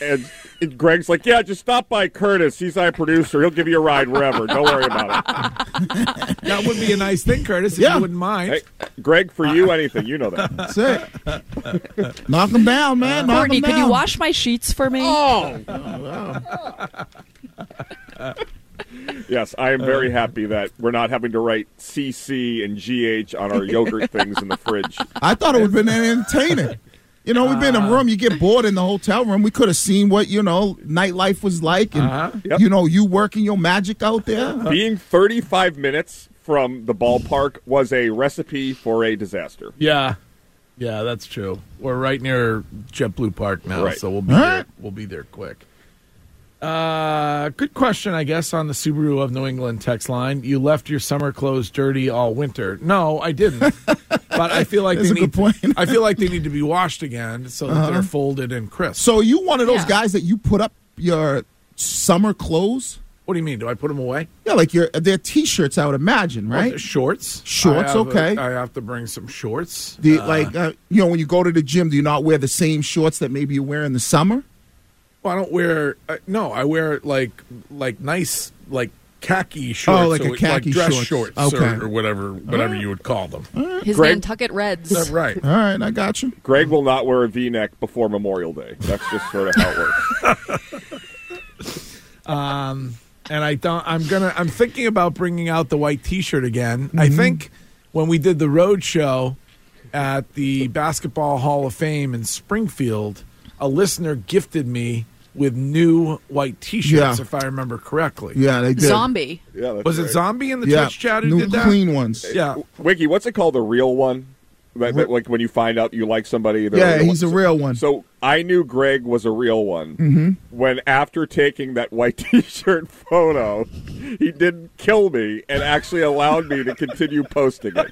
[SPEAKER 10] and it- Greg's like, yeah, just stop by Curtis. He's our producer. He'll give you a ride wherever. Don't worry about it.
[SPEAKER 3] That would be a nice thing, Curtis. If
[SPEAKER 7] Yeah.
[SPEAKER 3] you wouldn't mind.
[SPEAKER 10] Hey, Greg, for you, anything you know that.
[SPEAKER 7] That's it. Knock him down,
[SPEAKER 3] Uh,
[SPEAKER 7] man. Knock
[SPEAKER 8] Courtney,
[SPEAKER 7] him down.
[SPEAKER 8] could you wash my sheets for me?
[SPEAKER 10] Oh. Yes, I am very
[SPEAKER 3] Uh.
[SPEAKER 10] happy that we're not having to write CC and GH on our yogurt things in the fridge.
[SPEAKER 7] I thought it would have been entertaining. You know, we've
[SPEAKER 3] Uh.
[SPEAKER 7] been in a room. You get bored in the hotel room. We could have seen what you know nightlife was like, and
[SPEAKER 10] Uh-huh. Yep.
[SPEAKER 7] you know, you working your magic out there.
[SPEAKER 3] Uh-huh.
[SPEAKER 10] Being 35 minutes from the ballpark was a recipe for a disaster.
[SPEAKER 3] Yeah, yeah, that's true. We're right near JetBlue Park now,
[SPEAKER 10] Right.
[SPEAKER 3] so we'll be
[SPEAKER 10] All
[SPEAKER 3] there.
[SPEAKER 10] right.
[SPEAKER 3] We'll be there quick. Uh, good question, I guess, on the Subaru of New England text line. You left your summer clothes dirty all winter. No, I didn't. but I feel like they
[SPEAKER 7] That's a
[SPEAKER 3] need.
[SPEAKER 7] good point.
[SPEAKER 3] I feel like they need to be washed again so that
[SPEAKER 7] Uh-huh.
[SPEAKER 3] they're folded and crisp.
[SPEAKER 7] So you one of those guys that you put up your summer clothes?
[SPEAKER 3] What do you mean? Do I put them away?
[SPEAKER 7] Yeah, like your their t-shirts. I would imagine,
[SPEAKER 3] Well,
[SPEAKER 7] right?
[SPEAKER 3] the shorts.
[SPEAKER 7] Shorts,
[SPEAKER 3] I have a-
[SPEAKER 7] okay.
[SPEAKER 3] I have to bring some shorts.
[SPEAKER 7] Do you,
[SPEAKER 3] Uh,
[SPEAKER 7] like uh, you know, when you go to the gym, do you not wear the same shorts that maybe you wear in the summer?
[SPEAKER 3] Well, I don't wear. Uh, no, I wear like like nice like khaki shorts.
[SPEAKER 7] Oh, like a
[SPEAKER 3] or,
[SPEAKER 7] khaki
[SPEAKER 3] dress
[SPEAKER 7] shorts.
[SPEAKER 3] shorts,
[SPEAKER 7] Okay.
[SPEAKER 3] or, or whatever whatever you would call them.
[SPEAKER 8] His
[SPEAKER 10] Greg-
[SPEAKER 8] Nantucket Reds.
[SPEAKER 3] Is that right?
[SPEAKER 7] Oh, All right, I got you.
[SPEAKER 10] Greg will not wear a V-neck before Memorial Day. That's just sort of how it works.
[SPEAKER 3] Um, and I don't. I'm gonna. I'm thinking about bringing out the white T-shirt again. I
[SPEAKER 7] Mhm.
[SPEAKER 3] think when we did the road show at the Basketball Hall of Fame in Springfield, a listener gifted me with new white T-shirts,
[SPEAKER 7] Yeah.
[SPEAKER 3] if I remember correctly.
[SPEAKER 7] Yeah, they did.
[SPEAKER 8] Zombie.
[SPEAKER 10] Yeah, that's
[SPEAKER 3] Was it
[SPEAKER 10] right.
[SPEAKER 3] Zombie in the
[SPEAKER 7] Yeah,
[SPEAKER 3] Twitch chat who
[SPEAKER 7] new
[SPEAKER 3] did that?
[SPEAKER 7] clean ones.
[SPEAKER 3] Yeah.
[SPEAKER 10] Wiki, Uh, what's it called? The real one? Like, that- like when you find out you like somebody. they're
[SPEAKER 7] Yeah,
[SPEAKER 10] the
[SPEAKER 7] he's a real one.
[SPEAKER 10] So I knew Greg was a real one
[SPEAKER 7] Mhm.
[SPEAKER 10] when, after taking that white T-shirt photo, he didn't kill me and actually allowed me to continue posting it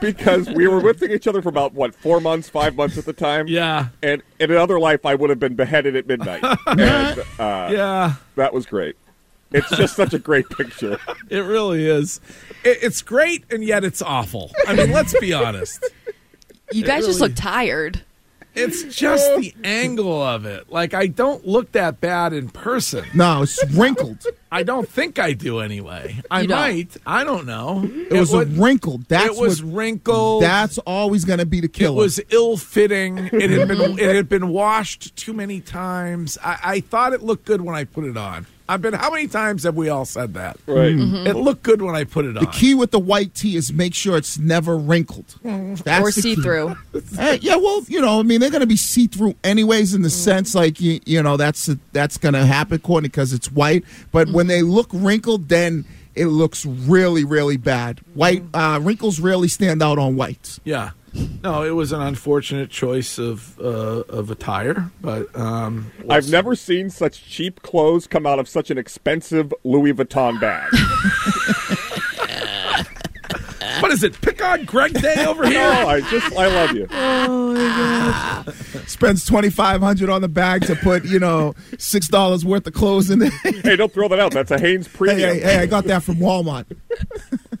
[SPEAKER 10] because we were whipping each other for about what four months, five months at the time.
[SPEAKER 3] Yeah.
[SPEAKER 10] And in another life, I would have been beheaded at midnight. and, uh,
[SPEAKER 3] Yeah.
[SPEAKER 10] that was great. It's just such a great picture.
[SPEAKER 3] It really is. It, it's great, and yet it's awful. I mean, let's be honest.
[SPEAKER 8] You
[SPEAKER 3] It
[SPEAKER 8] guys just
[SPEAKER 3] really-
[SPEAKER 8] look tired.
[SPEAKER 3] It's just the angle of it. Like, I don't look that bad in person.
[SPEAKER 7] No, it's wrinkled.
[SPEAKER 3] I don't think I do anyway. I
[SPEAKER 7] You don't.
[SPEAKER 3] might. I don't know.
[SPEAKER 7] It, was a
[SPEAKER 3] wa-
[SPEAKER 7] wrinkled. That's
[SPEAKER 3] it was
[SPEAKER 7] what,
[SPEAKER 3] wrinkled.
[SPEAKER 7] That's always going to be the
[SPEAKER 3] It
[SPEAKER 7] killer.
[SPEAKER 3] was ill-fitting. It had been it had been washed too many times. I, I thought it looked good when I put it on. I've been. How many times have we all said that?
[SPEAKER 7] Right. Mhm.
[SPEAKER 3] It looked good when I put it on.
[SPEAKER 7] the key with the white tee is make sure it's never wrinkled. That's
[SPEAKER 8] or
[SPEAKER 7] the
[SPEAKER 8] see
[SPEAKER 7] key.
[SPEAKER 8] through.
[SPEAKER 7] Hey, yeah, well, you know, I mean, they're going to be see through anyways, in the sense like you, you know, that's that's going to happen, Courtney, because it's white. But when they look wrinkled, then it looks really, really bad. White uh, wrinkles really stand out on whites.
[SPEAKER 3] Yeah. No, it was an unfortunate choice of uh, of attire, but um,
[SPEAKER 10] I've never seen such cheap clothes come out of such an expensive Louis Vuitton bag.
[SPEAKER 3] what is it? Pick on Greg Day over
[SPEAKER 10] here. No, I just I love you.
[SPEAKER 7] Oh my gosh! Spends twenty five hundred on the bag to put you know six dollars worth of clothes in there. hey,
[SPEAKER 10] Hey, don't throw that out. That's a Haynes premium.
[SPEAKER 7] hey, hey, I got that from Walmart.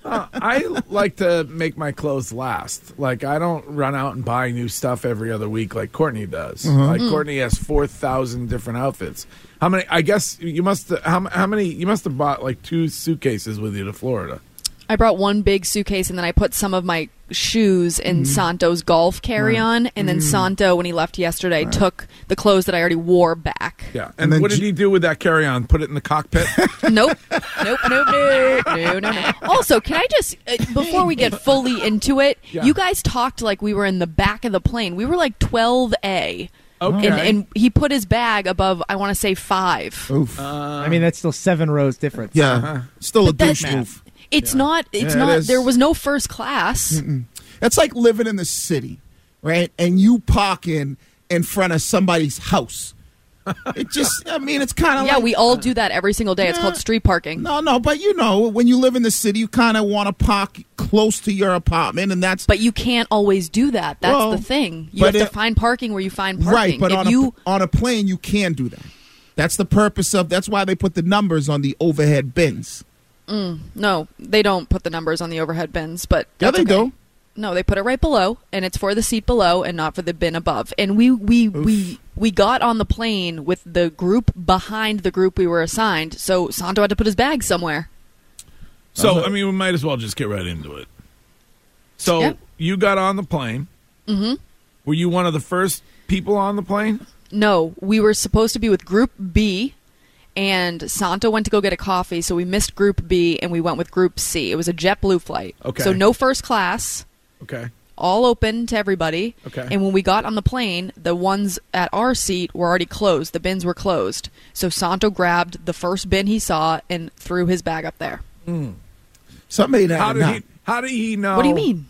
[SPEAKER 3] uh, I like to make my clothes last. Like I don't run out and buy new stuff every other week like Courtney does.
[SPEAKER 7] Uh-huh.
[SPEAKER 3] Like
[SPEAKER 7] Mm.
[SPEAKER 3] Courtney has four thousand different outfits. How many? I guess you must. How, how many? You must have bought like two suitcases with you to Florida.
[SPEAKER 8] I brought one big suitcase and then I put some of my shoes in
[SPEAKER 7] Mm-hmm.
[SPEAKER 8] Santo's golf carry on. And
[SPEAKER 7] Mm.
[SPEAKER 8] then Santo, when he left yesterday, took the clothes that I already wore back.
[SPEAKER 3] Yeah. And, what did he do with that carry on? Put it in the cockpit.
[SPEAKER 8] nope. Nope. Nope. No. No. No. No. Also, can I just uh, before we get fully into it,
[SPEAKER 3] Yeah.
[SPEAKER 8] you guys talked like we were in the back of the plane. We were like 12A.
[SPEAKER 9] Okay.
[SPEAKER 8] And, and he put his bag above, I want to say five.
[SPEAKER 7] Oof.
[SPEAKER 9] I mean, that's still seven rows difference. Uh-huh.
[SPEAKER 7] Yeah, still a
[SPEAKER 8] But that's-
[SPEAKER 7] douche move.
[SPEAKER 8] It's not. It's
[SPEAKER 7] Yeah, it
[SPEAKER 8] not.
[SPEAKER 7] is.
[SPEAKER 8] there was no first class.
[SPEAKER 7] Mm-mm. That's like living in the city, right? And you parking in front of somebody's house. It just, I mean, it's kind of
[SPEAKER 8] Yeah,
[SPEAKER 7] like.
[SPEAKER 8] we all do that every single day. It's called street parking.
[SPEAKER 7] No, no, but you know, when you live in the city, you kind of want to park close to your apartment, and that's.
[SPEAKER 8] But you can't always do that. Uh, That's
[SPEAKER 7] Well,
[SPEAKER 8] the thing. You
[SPEAKER 7] but
[SPEAKER 8] have to
[SPEAKER 7] it-
[SPEAKER 8] find parking where you find parking.
[SPEAKER 7] Right, but
[SPEAKER 8] if
[SPEAKER 7] on,
[SPEAKER 8] you
[SPEAKER 7] a, on a plane, you can do that. That's the purpose of. That's why they put the numbers on the overhead bins.
[SPEAKER 8] Mm, no, they don't put the numbers on the overhead bins, but
[SPEAKER 7] Yeah,
[SPEAKER 8] that's
[SPEAKER 7] they
[SPEAKER 8] okay.
[SPEAKER 7] do.
[SPEAKER 8] No, they put it right below, and it's for the seat below, and not for the bin above. And we we we we got on the plane with the group behind the group we were assigned, so Santo had to put his bag somewhere.
[SPEAKER 3] So I mean, we might as well just get right into it. So
[SPEAKER 8] Yep.
[SPEAKER 3] you got on the plane.
[SPEAKER 8] Mm-hmm.
[SPEAKER 3] Were you one of the first people on the plane?
[SPEAKER 8] No, we were supposed to be with Group B, and Santo went to go get a coffee, so we missed Group B, and we went with Group C. It was a JetBlue flight,
[SPEAKER 3] Okay.
[SPEAKER 8] so no first class.
[SPEAKER 3] Okay.
[SPEAKER 8] all open to everybody.
[SPEAKER 11] Okay.
[SPEAKER 8] And when we got on the plane, the ones at our seat were already closed. The bins were closed. So Santo grabbed the first bin he saw and threw his bag up there.
[SPEAKER 7] Somebody
[SPEAKER 3] how
[SPEAKER 7] that
[SPEAKER 3] did
[SPEAKER 7] Hmm. not-
[SPEAKER 3] he? How did he know?
[SPEAKER 8] What do you mean?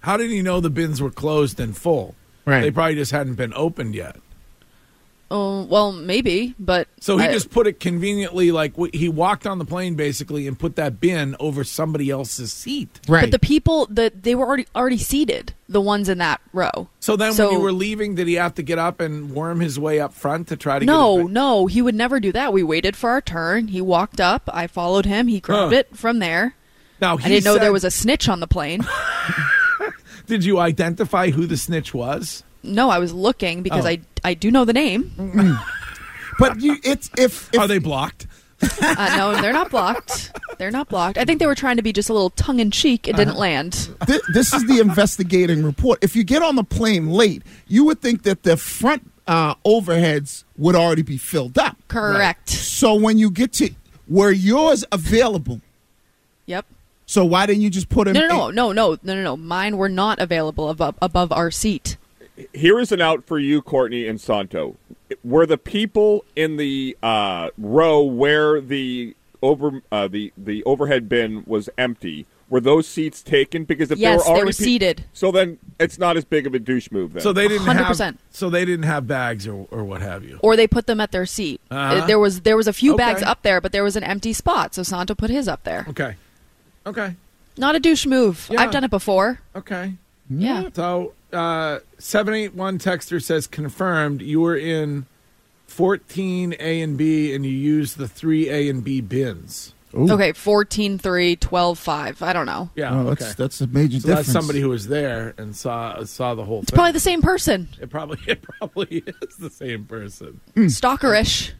[SPEAKER 3] How did he know the bins were closed and full?
[SPEAKER 7] Right.
[SPEAKER 3] They probably just hadn't been opened yet.
[SPEAKER 8] Oh, well, maybe, but
[SPEAKER 3] So he
[SPEAKER 8] I-
[SPEAKER 3] just put it conveniently, like w- he walked on the plane basically and put that bin over somebody else's seat.
[SPEAKER 8] But the people that they were already already seated, the ones in that row.
[SPEAKER 3] so then, when you were leaving, did he have to get up and worm his way up front to try to
[SPEAKER 8] no, no, he would never do that. We waited for our turn. He walked up. I followed him. He grabbed
[SPEAKER 3] Huh.
[SPEAKER 8] it from there.
[SPEAKER 3] Now,
[SPEAKER 8] I
[SPEAKER 3] he
[SPEAKER 8] didn't know
[SPEAKER 3] said-
[SPEAKER 8] there was a snitch on the plane.
[SPEAKER 3] get? Did you identify who the snitch was?
[SPEAKER 8] no, I was looking because
[SPEAKER 3] Oh.
[SPEAKER 8] I I do know the name.
[SPEAKER 7] Mm. but you, it's if,
[SPEAKER 3] are they blocked?
[SPEAKER 8] uh, no, they're not blocked. They're not blocked. I think they were trying to be just a little tongue in cheek. It didn't
[SPEAKER 7] Uh-huh.
[SPEAKER 8] land.
[SPEAKER 7] Thi- this is the investigating report. If you get on the plane late, you would think that the front uh, overheads would already be filled up.
[SPEAKER 8] Correct.
[SPEAKER 7] So when you get to, were yours available?
[SPEAKER 8] Yep.
[SPEAKER 7] So why didn't you just put
[SPEAKER 8] No,
[SPEAKER 7] them?
[SPEAKER 8] no, no, no, no, no, no, no. Mine were not available above above our seat.
[SPEAKER 10] Here is an out for you, Courtney and Santo. Were the people in the uh, row where the over uh, the the overhead bin was empty? Were those seats taken? Because if
[SPEAKER 8] Yes,
[SPEAKER 10] they
[SPEAKER 8] they
[SPEAKER 10] were
[SPEAKER 8] were
[SPEAKER 10] already pe-
[SPEAKER 8] seated.
[SPEAKER 10] so then it's not as big of a douche move. Then
[SPEAKER 3] So they didn't have.
[SPEAKER 8] 100%.
[SPEAKER 3] So they didn't have bags or, or what have you.
[SPEAKER 8] or they put them at their seat.
[SPEAKER 3] Uh-huh.
[SPEAKER 8] Uh, There was there was a few bags
[SPEAKER 3] Okay.
[SPEAKER 8] up there, but there was an empty spot, so Santo put his up there.
[SPEAKER 3] Okay. Okay.
[SPEAKER 8] Not a douche move.
[SPEAKER 3] Yeah.
[SPEAKER 8] I've done it before.
[SPEAKER 3] Okay.
[SPEAKER 8] Yeah.
[SPEAKER 3] So uh, seven eight one texter says confirmed. You were in fourteen A and B, and you used the three A and B bins.
[SPEAKER 8] Okay, 14 3, 12 5. I don't know.
[SPEAKER 3] Yeah.
[SPEAKER 7] Oh,
[SPEAKER 3] okay.
[SPEAKER 7] that's that's a major
[SPEAKER 3] So
[SPEAKER 7] difference.
[SPEAKER 3] that's somebody who was there and saw saw the whole thing.
[SPEAKER 8] Probably the same person.
[SPEAKER 3] It probably it probably is the same person.
[SPEAKER 8] Stalkerish.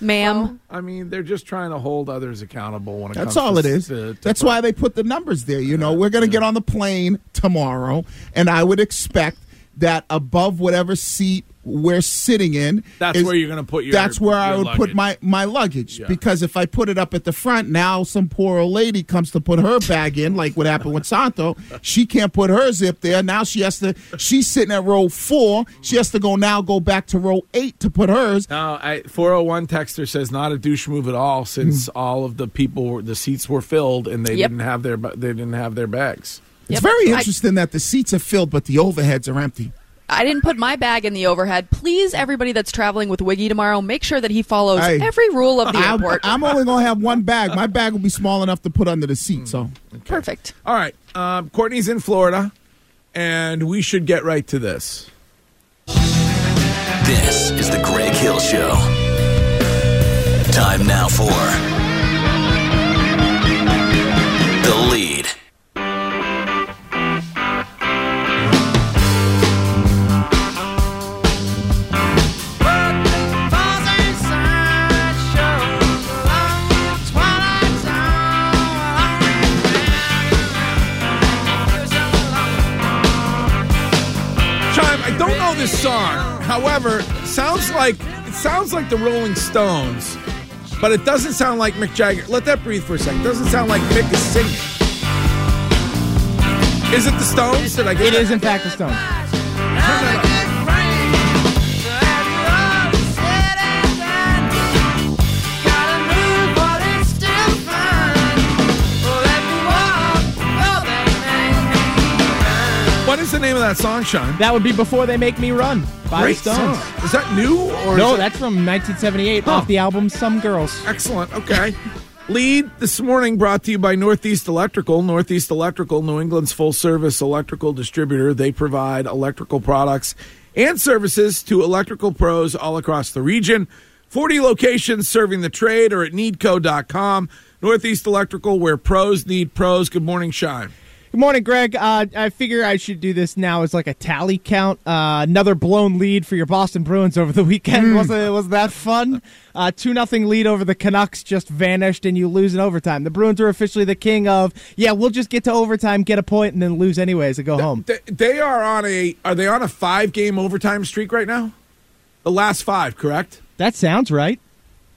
[SPEAKER 8] Ma'am.
[SPEAKER 3] I mean, they're just trying to hold others accountable when it
[SPEAKER 7] That's
[SPEAKER 3] comes
[SPEAKER 7] all
[SPEAKER 3] to
[SPEAKER 7] it is.
[SPEAKER 3] to- to
[SPEAKER 7] That's why they put the numbers there. You know, we're going to get on the plane tomorrow, and I would expect that above whatever seat we're sitting in,
[SPEAKER 3] That's
[SPEAKER 7] is-
[SPEAKER 3] where you're gonna put your-
[SPEAKER 7] That's where I
[SPEAKER 3] your
[SPEAKER 7] would put
[SPEAKER 3] luggage.
[SPEAKER 7] my my luggage
[SPEAKER 3] Yeah.
[SPEAKER 7] because if I put it up at the front, now some poor old lady comes to put her bag in, like what happened with Santo. She can't put hers up there. Now she has to. She's sitting at row four. She has to go now go back to row eight to put hers.
[SPEAKER 3] No, I, 401 texter says not a douche move at all since all of the people were, the seats were filled and they
[SPEAKER 8] Hmm. Yep.
[SPEAKER 3] didn't have their ba- they didn't have their bags.
[SPEAKER 7] It's
[SPEAKER 8] Yep.
[SPEAKER 7] very
[SPEAKER 8] I-
[SPEAKER 7] interesting that the seats are filled, but the overheads are empty.
[SPEAKER 8] I didn't put my bag in the overhead. Please, everybody that's traveling with Wiggy tomorrow, make sure that he follows
[SPEAKER 7] Hey.
[SPEAKER 8] every rule of the
[SPEAKER 7] I'm,
[SPEAKER 8] airport.
[SPEAKER 7] I'm only gonna have one bag. My bag will be small enough to put under the seat. So
[SPEAKER 3] Mm.
[SPEAKER 8] Perfect.
[SPEAKER 3] All right, um, Courtney's in Florida, and we should get right to this.
[SPEAKER 4] This is the Greg Hill Show. Time now for the lead.
[SPEAKER 3] Chime, I don't know this song. However, sounds like it sounds like the Rolling Stones, but it doesn't sound like Mick Jagger. Let that breathe for a second. It doesn't sound like Mick is singing. Is it the Stones? Did I get
[SPEAKER 9] It
[SPEAKER 3] that?
[SPEAKER 9] is, in fact, a stone.
[SPEAKER 3] What is the name of that song, Sean?
[SPEAKER 9] That would be Before They Make Me Run by
[SPEAKER 3] Great
[SPEAKER 9] the Stones.
[SPEAKER 3] song. Is that new or
[SPEAKER 9] no,
[SPEAKER 3] is it-
[SPEAKER 9] that's from 1978 off the album Some Girls.
[SPEAKER 3] Excellent. Okay. Lead this morning brought to you by Northeast Electrical. Northeast Electrical, New England's full service electrical distributor. They provide electrical products and services to electrical pros all across the region. 40 locations serving the trade or at needco.com. Northeast Electrical, where pros need pros. Good morning, Shine.
[SPEAKER 9] Good morning, Greg. Uh, I figure I should do this now as like a tally count. Uh, another blown lead for your Boston Bruins over the weekend.
[SPEAKER 3] Hmm.
[SPEAKER 9] Wasn't was that fun? Uh, Two nothing lead over the Canucks just vanished, and you lose in overtime. The Bruins are officially the king of yeah. We'll just get to overtime, get a point, and then lose anyways and go home.
[SPEAKER 3] They, they are on a are they on a 5 game overtime streak right now? The last 5, correct?
[SPEAKER 9] That sounds right.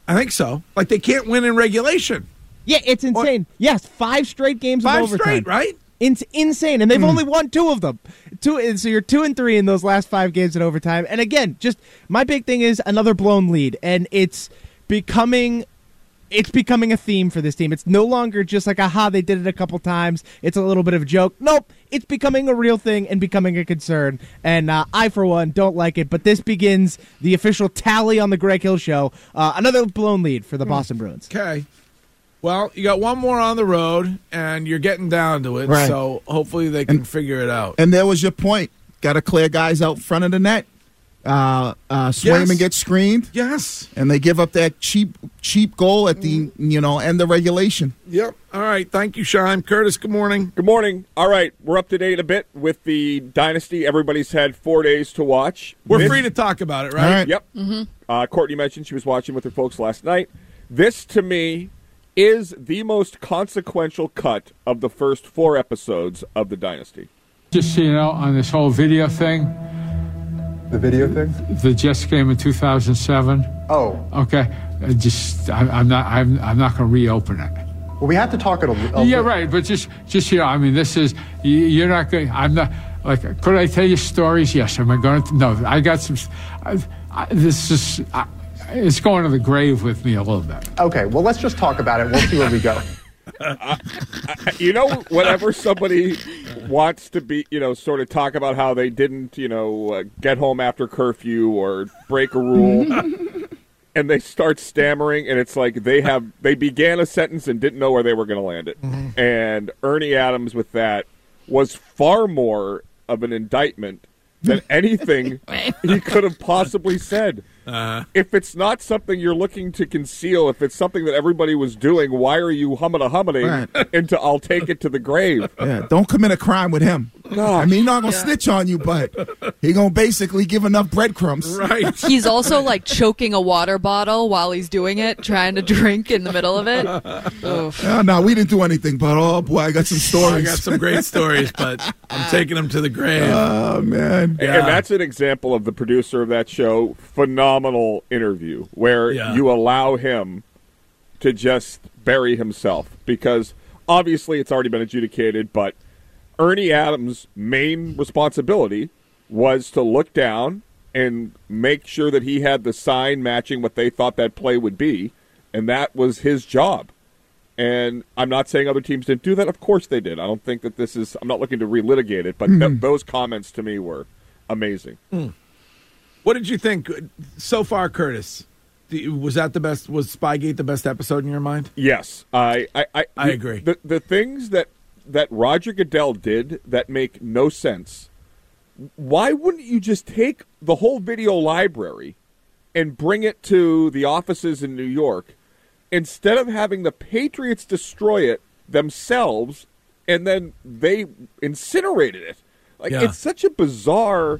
[SPEAKER 3] I think so. Like they can't win in regulation.
[SPEAKER 9] Yeah, it's insane. yes, five straight games
[SPEAKER 3] Five
[SPEAKER 9] of overtime.
[SPEAKER 3] straight, right?
[SPEAKER 9] It's insane,
[SPEAKER 11] Hmm.
[SPEAKER 9] and they've only won two of them. Two, so you're two and three in those last five games in overtime. And again, just my big thing is another blown lead, and it's becoming it's becoming a theme for this team. It's no longer just like, aha, they did it a couple times. It's a little bit of a joke. Nope, it's becoming a real thing and becoming a concern. And uh, I, for one, don't like it. But this begins the official tally on the Greg Hill Show. Uh, another blown lead
[SPEAKER 11] Hmm.
[SPEAKER 9] for the Boston Bruins.
[SPEAKER 3] Okay. Well, you got one more on the road, and you're getting down to it.
[SPEAKER 7] Right.
[SPEAKER 3] So hopefully they can figure it out.
[SPEAKER 7] And there was your point. Got to clear guys out front of the net. Uh, uh, Swayman
[SPEAKER 3] Yes.
[SPEAKER 7] gets screened.
[SPEAKER 3] Yes.
[SPEAKER 7] And they give up that cheap, cheap goal at the you know end of regulation.
[SPEAKER 3] Yep. All right. Thank you, Shime. Curtis, good morning.
[SPEAKER 10] Good morning. All right, we're up to date a bit with the dynasty. Everybody's had four days to watch.
[SPEAKER 3] We're
[SPEAKER 10] This-
[SPEAKER 3] free to talk about it, right?
[SPEAKER 10] Yep.
[SPEAKER 5] Mm-hmm.
[SPEAKER 10] Uh, Courtney mentioned she was watching with her folks last night. This, to me, is the most consequential cut of the first four episodes of the dynasty.
[SPEAKER 11] Just so you know, on this whole video thing. The video thing? The Jets game in 2007. Oh. Okay. I just, I, I'm not, I'm, I'm not going to reopen it. Well, we have to talk a little. Yeah, right. But just, just you know, I mean, this is you, you're not going. I'm not like. Could I tell you stories? Yes. Am I going to? No. I got some. I, I, this is. I, it's going to the grave with me a little bit. Okay. Well, let's just talk about it. We'll see where we go.
[SPEAKER 10] you know, whenever somebody wants to be, you know, sort of talk about how they didn't, you know, uh, get home after curfew or break a rule, and they start stammering, and it's like they have they began a sentence and didn't know where they were going to land it. And Ernie Adams with that was far more of an indictment than anything he could have possibly said. If it's not something you're looking to conceal, if it's something that everybody was doing, why are you humming a humming into I'll take it to the grave?
[SPEAKER 7] Yeah, don't commit a crime with him. No, I mean he's not gonna snitch on you, but he gonna basically give enough breadcrumbs.
[SPEAKER 8] He's also like choking a water bottle while he's doing it, trying to drink in the middle of it. Oof.
[SPEAKER 7] Oh, no, we didn't do anything, but oh boy, I got some stories.
[SPEAKER 3] I got some great stories, but I'm taking them to the grave.
[SPEAKER 7] Oh man.
[SPEAKER 10] And- And that's an example of the producer of that show, phenomenal interview, where
[SPEAKER 3] Yeah.
[SPEAKER 10] you allow him to just bury himself because obviously it's already been adjudicated, but Ernie Adams' main responsibility was to look down and make sure that he had the sign matching what they thought that play would be, and that was his job. And I'm not saying other teams didn't do that. Of course they did. I don't think that this is. I'm not looking to relitigate it, but th-
[SPEAKER 3] Mhm.
[SPEAKER 10] those comments to me were amazing.
[SPEAKER 3] Mm. What did you think so far, Curtis? The- Was that the best? Was Spygate the best episode in your mind?
[SPEAKER 10] Yes, I I, I,
[SPEAKER 3] I
[SPEAKER 10] the-
[SPEAKER 3] agree.
[SPEAKER 10] The, the things that that Roger Goodell did that make no sense. Why wouldn't you just take the whole video library and bring it to the offices in New York instead of having the Patriots destroy it themselves and then they incinerated it? Like
[SPEAKER 3] Yeah.
[SPEAKER 10] it's such a bizarre.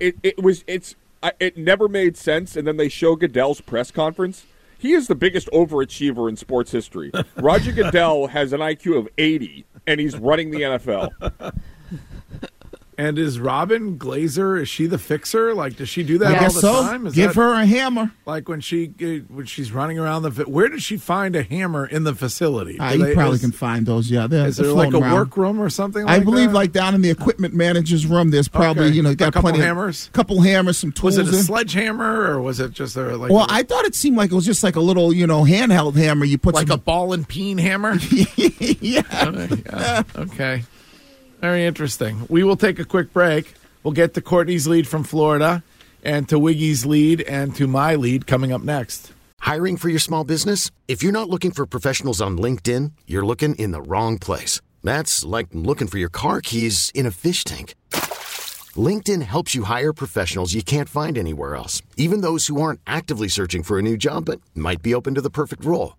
[SPEAKER 10] It, it was it's I- it never made sense, and then they show Goodell's press conference. He is the biggest overachiever in sports history. Roger Goodell has an IQ of eighty, and he's running the NFL.
[SPEAKER 3] And is Robin Glazer? Is she the fixer? Like, does she do that
[SPEAKER 7] I
[SPEAKER 3] all
[SPEAKER 7] guess
[SPEAKER 3] the
[SPEAKER 7] so.
[SPEAKER 3] time? Is
[SPEAKER 7] Give
[SPEAKER 3] that-
[SPEAKER 7] her a hammer.
[SPEAKER 3] Like when she uh, when she's running around the. fa- Where does she find a hammer in the facility?
[SPEAKER 7] Ah,
[SPEAKER 3] Do
[SPEAKER 7] you
[SPEAKER 3] they-
[SPEAKER 7] probably
[SPEAKER 3] is-
[SPEAKER 7] can find those. Yeah, they're,
[SPEAKER 3] Is
[SPEAKER 7] they're
[SPEAKER 3] there like a
[SPEAKER 7] floating around.
[SPEAKER 3] workroom or something?
[SPEAKER 7] I
[SPEAKER 3] like
[SPEAKER 7] believe,
[SPEAKER 3] that?
[SPEAKER 7] like down in the equipment manager's room, there's probably
[SPEAKER 3] Okay.
[SPEAKER 7] you know
[SPEAKER 3] A
[SPEAKER 7] got
[SPEAKER 3] couple
[SPEAKER 7] plenty
[SPEAKER 3] hammers?
[SPEAKER 7] of couple hammers, some tools.
[SPEAKER 3] was it a
[SPEAKER 7] in.
[SPEAKER 3] sledgehammer or was it just a like?
[SPEAKER 7] well,
[SPEAKER 3] a-
[SPEAKER 7] I thought it seemed like it was just like a little you know handheld hammer. You put
[SPEAKER 3] like a
[SPEAKER 7] some,
[SPEAKER 3] ball and peen hammer.
[SPEAKER 7] yeah.
[SPEAKER 3] Yeah. Okay. Very interesting. We will take a quick break. We'll get to Courtney's lead from Florida and to Wiggy's lead and to my lead coming up next.
[SPEAKER 12] Hiring for your small business? If you're not looking for professionals on LinkedIn, you're looking in the wrong place. That's like looking for your car keys in a fish tank. LinkedIn helps you hire professionals you can't find anywhere else, even those who aren't actively searching for a new job but might be open to the perfect role.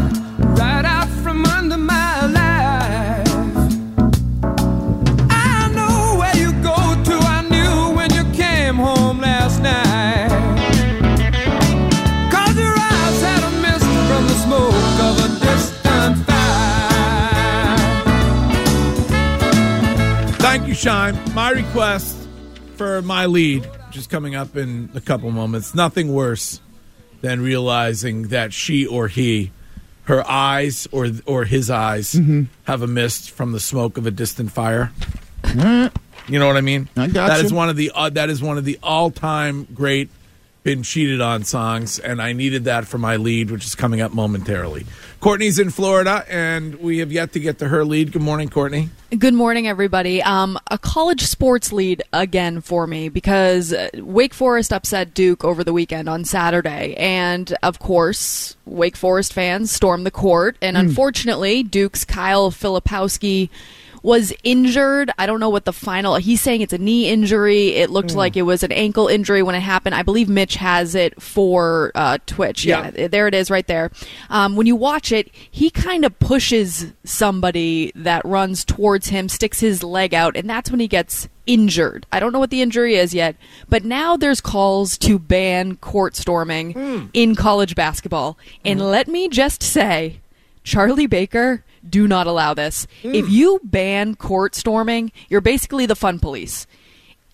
[SPEAKER 5] Right out from under my life. I know where you go to. I knew when you came home last night. 'Cause your eyes had a mist from the smoke of a distant fire.
[SPEAKER 3] Thank you, Shine. My request for my lead, which is coming up in a couple moments, nothing worse than realizing that she or he, her eyes or or his eyes, have a mist from the smoke of a distant fire. You know what I mean? I
[SPEAKER 7] got you.
[SPEAKER 3] one of the uh, that is one of the all time great been cheated on songs, and I needed that for my lead, which is coming up momentarily. Courtney's in Florida, and we have yet to get to her lead. Good morning, Courtney.
[SPEAKER 8] Good morning, everybody. Um, a college sports lead again for me because uh, Wake Forest upset Duke over the weekend on Saturday. And of course, Wake Forest fans stormed the court. And
[SPEAKER 13] Hmm.
[SPEAKER 8] unfortunately, Duke's Kyle Filipowski was injured. I don't know what the final, he's saying it's a knee injury. It looked
[SPEAKER 13] Hmm.
[SPEAKER 8] like it was an ankle injury when it happened. I believe Mitch has it for uh, Twitch.
[SPEAKER 13] Yeah.
[SPEAKER 8] yeah there it is right there. Um, when you watch it, he kind of pushes somebody that runs towards him, sticks his leg out, and that's when he gets injured. I don't know what the injury is yet, but now there's calls to ban court storming in college basketball. And let me just say, Charlie Baker, do not allow this. If you ban court storming, you're basically the fun police.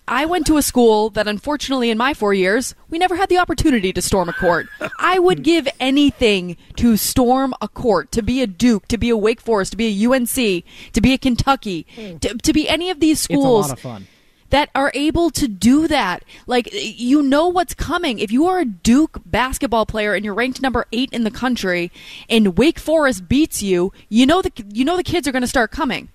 [SPEAKER 8] I went to a school that, unfortunately, in my four years, we never had the opportunity to storm a court. I would give anything to storm a court, to be a Duke, to be a Wake Forest, to be a UNC, to be a Kentucky, to, to be any of these
[SPEAKER 13] Hmm. It's a
[SPEAKER 8] schools
[SPEAKER 13] lot of fun.
[SPEAKER 8] that are able to do that. Like, you know what's coming. If you are a Duke basketball player and you're ranked number eight in the country and Wake Forest beats you, you know the, you know the kids are going to start coming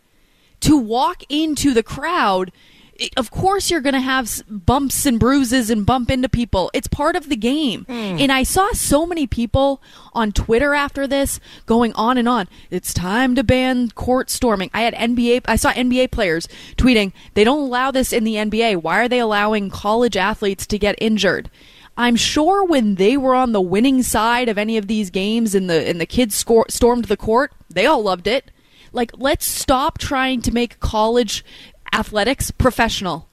[SPEAKER 8] to walk into the crowd it- of course you're going to have s- bumps and bruises and bump into people it's part of the game and i saw so many people on twitter after this going on and on it's time to ban court storming i had nba i saw nba players tweeting they don't allow this in the nba why are they allowing college athletes to get injured I'm sure when they were on the winning side of any of these games and the and the kids score, stormed the court, they all loved it. Like, let's stop trying to make college athletics professional.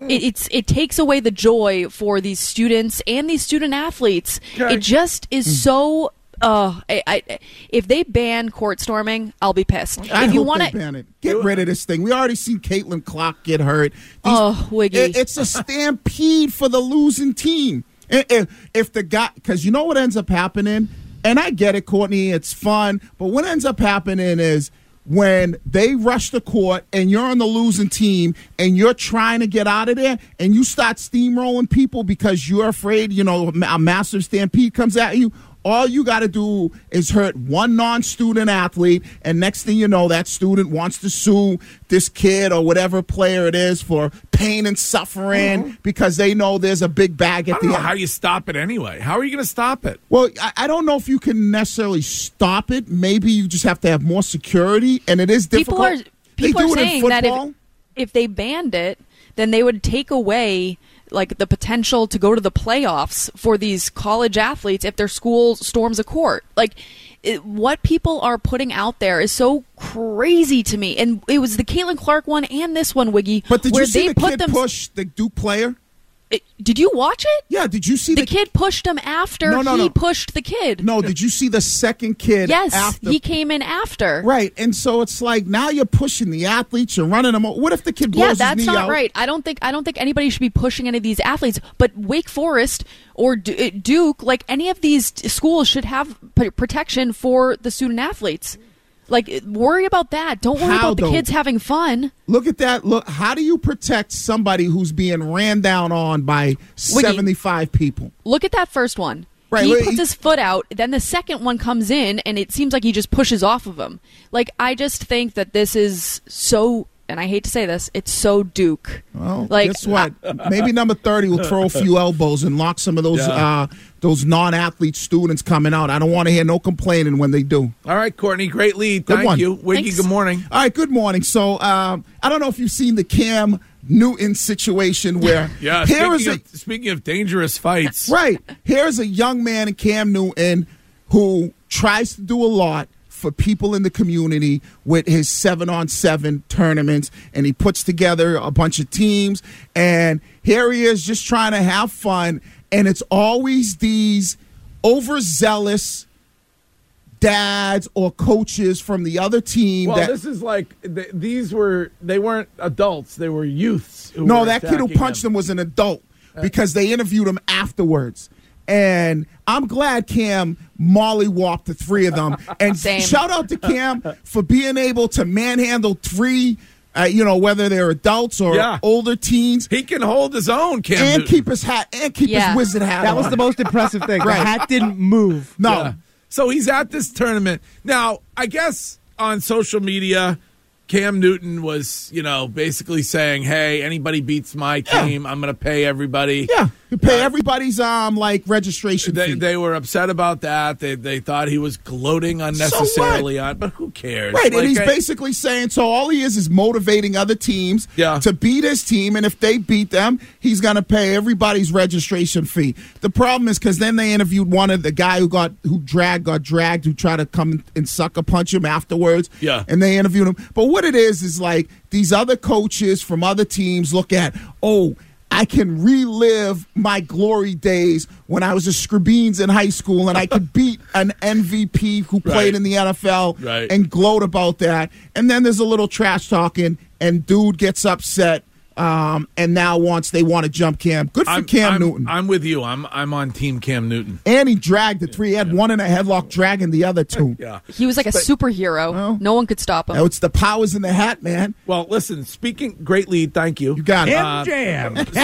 [SPEAKER 8] It, it's it takes away the joy for these students and these student athletes. It just
[SPEAKER 7] Mm.
[SPEAKER 8] is so. Uh, I, I, if they ban court storming, I'll be pissed.
[SPEAKER 7] I
[SPEAKER 8] if
[SPEAKER 7] hope
[SPEAKER 8] you
[SPEAKER 7] want
[SPEAKER 8] want
[SPEAKER 7] they ban it. Get rid of this thing. We already seen Caitlin Clark get hurt.
[SPEAKER 8] oh, Wiggy.
[SPEAKER 7] it's a stampede for the losing team. I- If, if the guy, because you know what ends up happening, and I get it, Courtney, it's fun, but what ends up happening is when they rush the court and you're on the losing team and you're trying to get out of there and you start steamrolling people because you're afraid, you know, a massive stampede comes at you. All you got to do is hurt one non student athlete, and next thing you know, that student wants to sue this kid or whatever player it is for pain and suffering because they know there's a big bag at
[SPEAKER 3] Mm-hmm. I don't
[SPEAKER 7] the
[SPEAKER 3] know
[SPEAKER 7] end.
[SPEAKER 3] how you stop it anyway. How are you going to stop it?
[SPEAKER 7] well, I, I don't know if you can necessarily stop it. Maybe you just have to have more security, and it is difficult.
[SPEAKER 8] people are
[SPEAKER 7] They
[SPEAKER 8] people
[SPEAKER 7] do
[SPEAKER 8] are
[SPEAKER 7] it in
[SPEAKER 8] saying that
[SPEAKER 7] football.
[SPEAKER 8] if, if they banned it, then they would take away like the potential to go to the playoffs for these college athletes if their school storms a court. Like it, what people are putting out there is so crazy to me. And it was the Caitlin Clark one and this one, Wiggy,
[SPEAKER 7] But did
[SPEAKER 8] where
[SPEAKER 7] you
[SPEAKER 8] they
[SPEAKER 7] see the
[SPEAKER 8] put
[SPEAKER 7] kid
[SPEAKER 8] them
[SPEAKER 7] push the Duke player?
[SPEAKER 8] It- Eh, did you watch it?
[SPEAKER 7] Yeah. Did you see
[SPEAKER 8] the, kid pushed him after
[SPEAKER 7] No, no,
[SPEAKER 8] he
[SPEAKER 7] no.
[SPEAKER 8] pushed the kid?
[SPEAKER 7] No. Did you see the second kid?
[SPEAKER 8] Yes,
[SPEAKER 7] after-
[SPEAKER 8] he came in after.
[SPEAKER 7] Right, and so it's like now you're pushing the athletes, you're running them. o- What if the kid blows
[SPEAKER 8] Yeah,
[SPEAKER 7] his
[SPEAKER 8] that's
[SPEAKER 7] knee
[SPEAKER 8] not
[SPEAKER 7] out?
[SPEAKER 8] right. I don't think I don't think anybody should be pushing any of these athletes. But Wake Forest or D- uh, Duke, like any of these t- schools, should have p- protection for the student athletes. Like uh, worry about that. Don't worry
[SPEAKER 7] How,
[SPEAKER 8] about the
[SPEAKER 7] though?
[SPEAKER 8] kids having fun.
[SPEAKER 7] Look at that. Look, how do you protect somebody who's being ran down on by 75 people?
[SPEAKER 8] Look at that first one.
[SPEAKER 7] Right,
[SPEAKER 8] he
[SPEAKER 7] well,
[SPEAKER 8] puts
[SPEAKER 7] he-
[SPEAKER 8] his foot out, then the second one comes in, and it seems like he just pushes off of him. Like I just think that this is so, and I hate to say this, it's so Duke.
[SPEAKER 7] Well,
[SPEAKER 8] Like,
[SPEAKER 7] guess what?
[SPEAKER 8] I-
[SPEAKER 7] Maybe number thirty will throw a few elbows and lock some of those
[SPEAKER 3] Yeah.
[SPEAKER 7] uh, those non-athlete students coming out. I don't want to hear no complaining when they do.
[SPEAKER 3] All right, Courtney, great lead.
[SPEAKER 7] Good
[SPEAKER 3] Thank
[SPEAKER 7] one. Uh,
[SPEAKER 3] you. Wiggy, good morning.
[SPEAKER 7] All right, good morning. So um, I don't know if you've seen the Cam Newton situation where
[SPEAKER 3] Yeah,
[SPEAKER 7] here
[SPEAKER 3] speaking,
[SPEAKER 7] is a
[SPEAKER 3] of, speaking of dangerous fights.
[SPEAKER 7] Right. Here's a young man in Cam Newton who tries to do a lot for people in the community with his seven on seven tournaments, and he puts together a bunch of teams. And here he is just trying to have fun, and it's always these overzealous dads or coaches from the other team
[SPEAKER 3] Well,
[SPEAKER 7] that
[SPEAKER 3] this is like th- these were they weren't adults; they were youths. Who
[SPEAKER 7] no,
[SPEAKER 3] were
[SPEAKER 7] that kid who
[SPEAKER 3] attacking
[SPEAKER 7] punched
[SPEAKER 3] him. Uh.
[SPEAKER 7] him. was an adult because they interviewed him afterwards. And I'm glad Cam Molly walked the three of them. And
[SPEAKER 13] Same.
[SPEAKER 7] shout out to Cam for being able to manhandle three, uh, you know, whether they're adults or
[SPEAKER 3] Yeah.
[SPEAKER 7] older teens.
[SPEAKER 3] He can hold his own, Cam,
[SPEAKER 7] and
[SPEAKER 3] Newton.
[SPEAKER 7] keep his hat and keep his wizard hat.
[SPEAKER 9] That
[SPEAKER 7] on.
[SPEAKER 9] was the most impressive thing.
[SPEAKER 7] Right.
[SPEAKER 9] The hat didn't move.
[SPEAKER 7] No.
[SPEAKER 3] So he's at this tournament. Now, I guess on social media, Cam Newton was, you know, basically saying, hey, anybody beats my team, I'm going to pay everybody. Uh,
[SPEAKER 7] Yeah. You pay everybody's um like registration
[SPEAKER 3] They,
[SPEAKER 7] fee.
[SPEAKER 3] they were upset about that. They, they thought he was gloating unnecessarily on, but who cares?
[SPEAKER 7] Right,
[SPEAKER 3] Like,
[SPEAKER 7] and he's
[SPEAKER 3] I-
[SPEAKER 7] basically saying so all he is is motivating other teams to beat his team, and if they beat them, he's going to pay everybody's registration fee. The problem is because then they interviewed one of the guy who got who dragged got dragged who tried to come and sucker punch him afterwards.
[SPEAKER 13] Yeah.
[SPEAKER 7] and they interviewed him. But what it is is like these other coaches from other teams look at oh. I can relive my glory days when I was a Scribeens in high school and I could beat an MVP who played
[SPEAKER 13] Right.
[SPEAKER 7] in the NFL
[SPEAKER 13] Right.
[SPEAKER 7] and gloat about that. And then there's a little trash talking, and dude gets upset. Um, and now wants they want to jump Cam. Good for
[SPEAKER 3] I'm-
[SPEAKER 7] Cam
[SPEAKER 3] I'm-
[SPEAKER 7] Newton.
[SPEAKER 3] I'm with you. I'm, I'm on team Cam Newton.
[SPEAKER 7] And he dragged the three. He had one in a headlock, dragging the other two.
[SPEAKER 3] Yeah.
[SPEAKER 8] he was like a superhero. no one could stop him.
[SPEAKER 7] Now it's the powers in the hat, man.
[SPEAKER 3] Well, listen, speaking, great lead. Thank you. You
[SPEAKER 7] got it.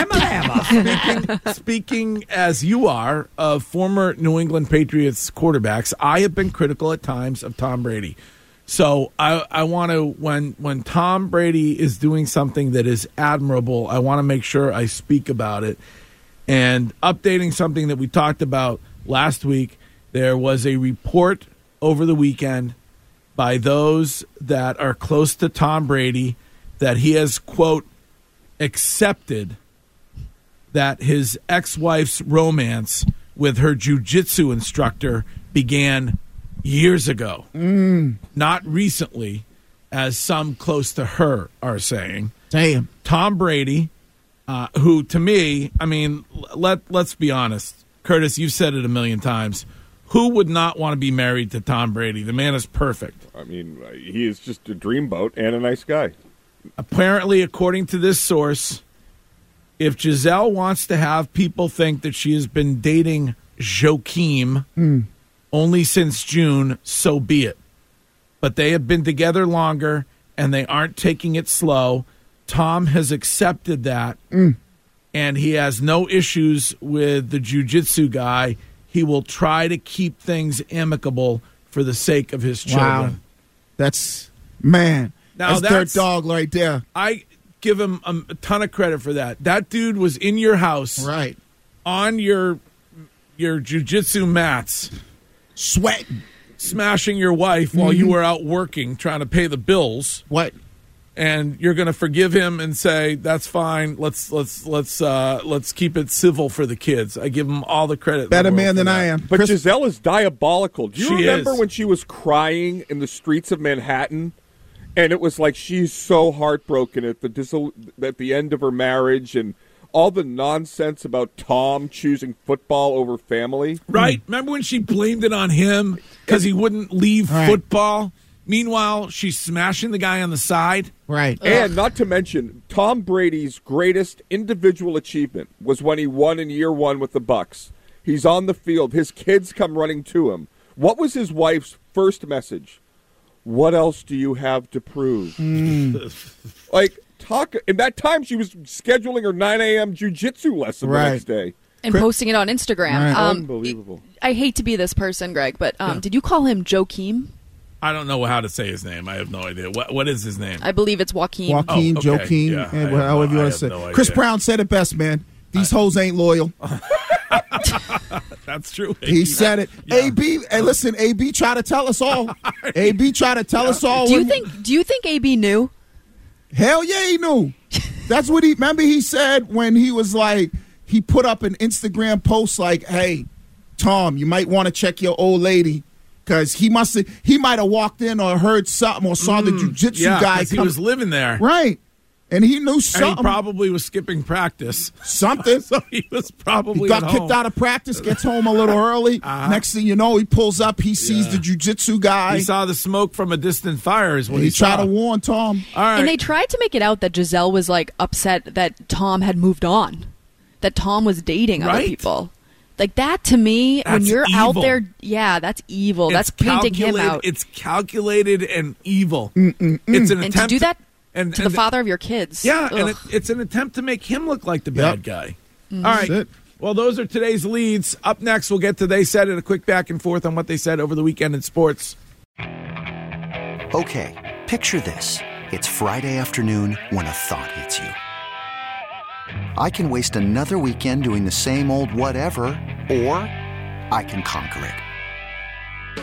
[SPEAKER 3] speaking as you are of former New England Patriots quarterbacks, I have been critical at times of Tom Brady. So I, I want to when when Tom Brady is doing something that is admirable, I want to make sure I speak about it. And updating something that we talked about last week, there was a report over the weekend by those that are close to Tom Brady that he has quote accepted that his ex-wife's romance with her jujitsu instructor began years ago, Mm, not recently, as some close to her are saying.
[SPEAKER 7] Damn,
[SPEAKER 3] Tom Brady, uh, who to me, I mean, l- let let's be honest, Curtis, you've said it a million times. Who would not want to be married to Tom Brady? The man is perfect.
[SPEAKER 10] I mean, he is just a dreamboat and a nice guy.
[SPEAKER 3] Apparently, according to this source, if Giselle wants to have people think that she has been dating Joachim only since June, so be it. But they have been together longer and they aren't taking it slow. Tom has accepted that and he has no issues with the jujitsu guy. He will try to keep things amicable for the sake of his children.
[SPEAKER 7] Wow, that's man.
[SPEAKER 3] Now
[SPEAKER 7] that's,
[SPEAKER 3] that's-
[SPEAKER 7] dirt dog right there.
[SPEAKER 3] I give him um, a ton of credit for that. That dude was in your house,
[SPEAKER 7] right,
[SPEAKER 3] on your your jujitsu mats,
[SPEAKER 7] sweating, Mm-hmm.
[SPEAKER 3] smashing your wife while you were out working trying to pay the bills.
[SPEAKER 7] What?
[SPEAKER 3] And you're going to forgive him and say that's fine. Let's let's let's uh, let's keep it civil for the kids. I give him all the credit. in the world for that.
[SPEAKER 10] But Giselle is diabolical. Do you
[SPEAKER 3] She
[SPEAKER 10] remember
[SPEAKER 3] is.
[SPEAKER 10] when she was crying in the streets of Manhattan? And it was like she's so heartbroken at the dissol- at the end of her marriage and all the nonsense about Tom choosing football over family.
[SPEAKER 3] Right. Remember when she blamed it on him because he wouldn't leave football? Meanwhile, she's smashing the guy on the side.
[SPEAKER 7] Right.
[SPEAKER 10] And not to mention, Tom Brady's greatest individual achievement was when he won in year one with the Bucks. He's on the field. His kids come running to him. What was his wife's first message? What else do you have to prove?
[SPEAKER 7] Hmm.
[SPEAKER 10] Like talk in that time, she was scheduling her nine a.m. jujitsu lesson
[SPEAKER 7] Right.
[SPEAKER 10] the next day.
[SPEAKER 8] and posting it on Instagram.
[SPEAKER 10] Right.
[SPEAKER 8] Um,
[SPEAKER 10] Unbelievable.
[SPEAKER 8] I hate to be this person, Greg, but um, did you call him Joakim?
[SPEAKER 3] I don't know how to say his name. I have no idea. What what is his name?
[SPEAKER 8] I believe it's Joaquin.
[SPEAKER 7] Joaquin, Joaquin,
[SPEAKER 3] yeah,
[SPEAKER 7] eh,
[SPEAKER 3] I
[SPEAKER 7] wha-
[SPEAKER 3] have no-
[SPEAKER 7] however you
[SPEAKER 3] I
[SPEAKER 7] want
[SPEAKER 3] have
[SPEAKER 7] to say.
[SPEAKER 3] no
[SPEAKER 7] it. Chris
[SPEAKER 3] idea.
[SPEAKER 7] Brown said it best, man. These hoes ain't loyal.
[SPEAKER 3] That's true.
[SPEAKER 7] He said it. AB, hey, listen, AB try to tell us all. AB try to tell us all.
[SPEAKER 8] Do you
[SPEAKER 7] when-
[SPEAKER 8] think? Do you think AB knew?
[SPEAKER 7] Hell yeah, he knew. That's what he remember he said when he was like he put up an Instagram post like, "Hey, Tom, you might want to check your old lady." Cause he must he might have walked in or heard something or saw the jujitsu
[SPEAKER 3] Mm, yeah,
[SPEAKER 7] guy
[SPEAKER 3] 'cause he
[SPEAKER 7] come-
[SPEAKER 3] was living there.
[SPEAKER 7] right, and he
[SPEAKER 3] And
[SPEAKER 7] knew
[SPEAKER 3] he
[SPEAKER 7] something.
[SPEAKER 3] probably was skipping practice.
[SPEAKER 7] Something.
[SPEAKER 3] so he was probably
[SPEAKER 7] He got
[SPEAKER 3] at
[SPEAKER 7] kicked
[SPEAKER 3] home. Uh-huh.
[SPEAKER 7] out of practice, gets home a little early. Next thing you know, he pulls up, he sees the jujitsu guy.
[SPEAKER 3] He saw the smoke from a distant fire. Is what
[SPEAKER 7] and
[SPEAKER 3] he,
[SPEAKER 7] he tried
[SPEAKER 3] saw.
[SPEAKER 7] to warn Tom.
[SPEAKER 3] All right.
[SPEAKER 8] And they tried to make it out that Giselle was like upset that Tom had moved on, that Tom was dating other
[SPEAKER 3] Right.
[SPEAKER 8] people. Like that to me, when
[SPEAKER 3] That's
[SPEAKER 8] you're out
[SPEAKER 3] evil.
[SPEAKER 8] there, yeah, that's evil.
[SPEAKER 3] It's
[SPEAKER 8] that's painting him
[SPEAKER 3] calculated-
[SPEAKER 8] out.
[SPEAKER 3] It's calculated and evil. It's an
[SPEAKER 8] and
[SPEAKER 3] attempt
[SPEAKER 8] to do that
[SPEAKER 3] and-
[SPEAKER 8] to
[SPEAKER 3] and-
[SPEAKER 8] the father of your kids.
[SPEAKER 3] Yeah, and
[SPEAKER 8] Ugh. Mm.
[SPEAKER 3] it, it's an attempt to make him look like the bad guy. All right.
[SPEAKER 7] That's it.
[SPEAKER 3] Well, those are today's leads. Up next, we'll get to they said it a quick back and forth on what they said over the weekend in sports.
[SPEAKER 14] Okay, picture this. It's Friday afternoon when a thought hits you. I can waste another weekend doing the same old whatever, or I can conquer it.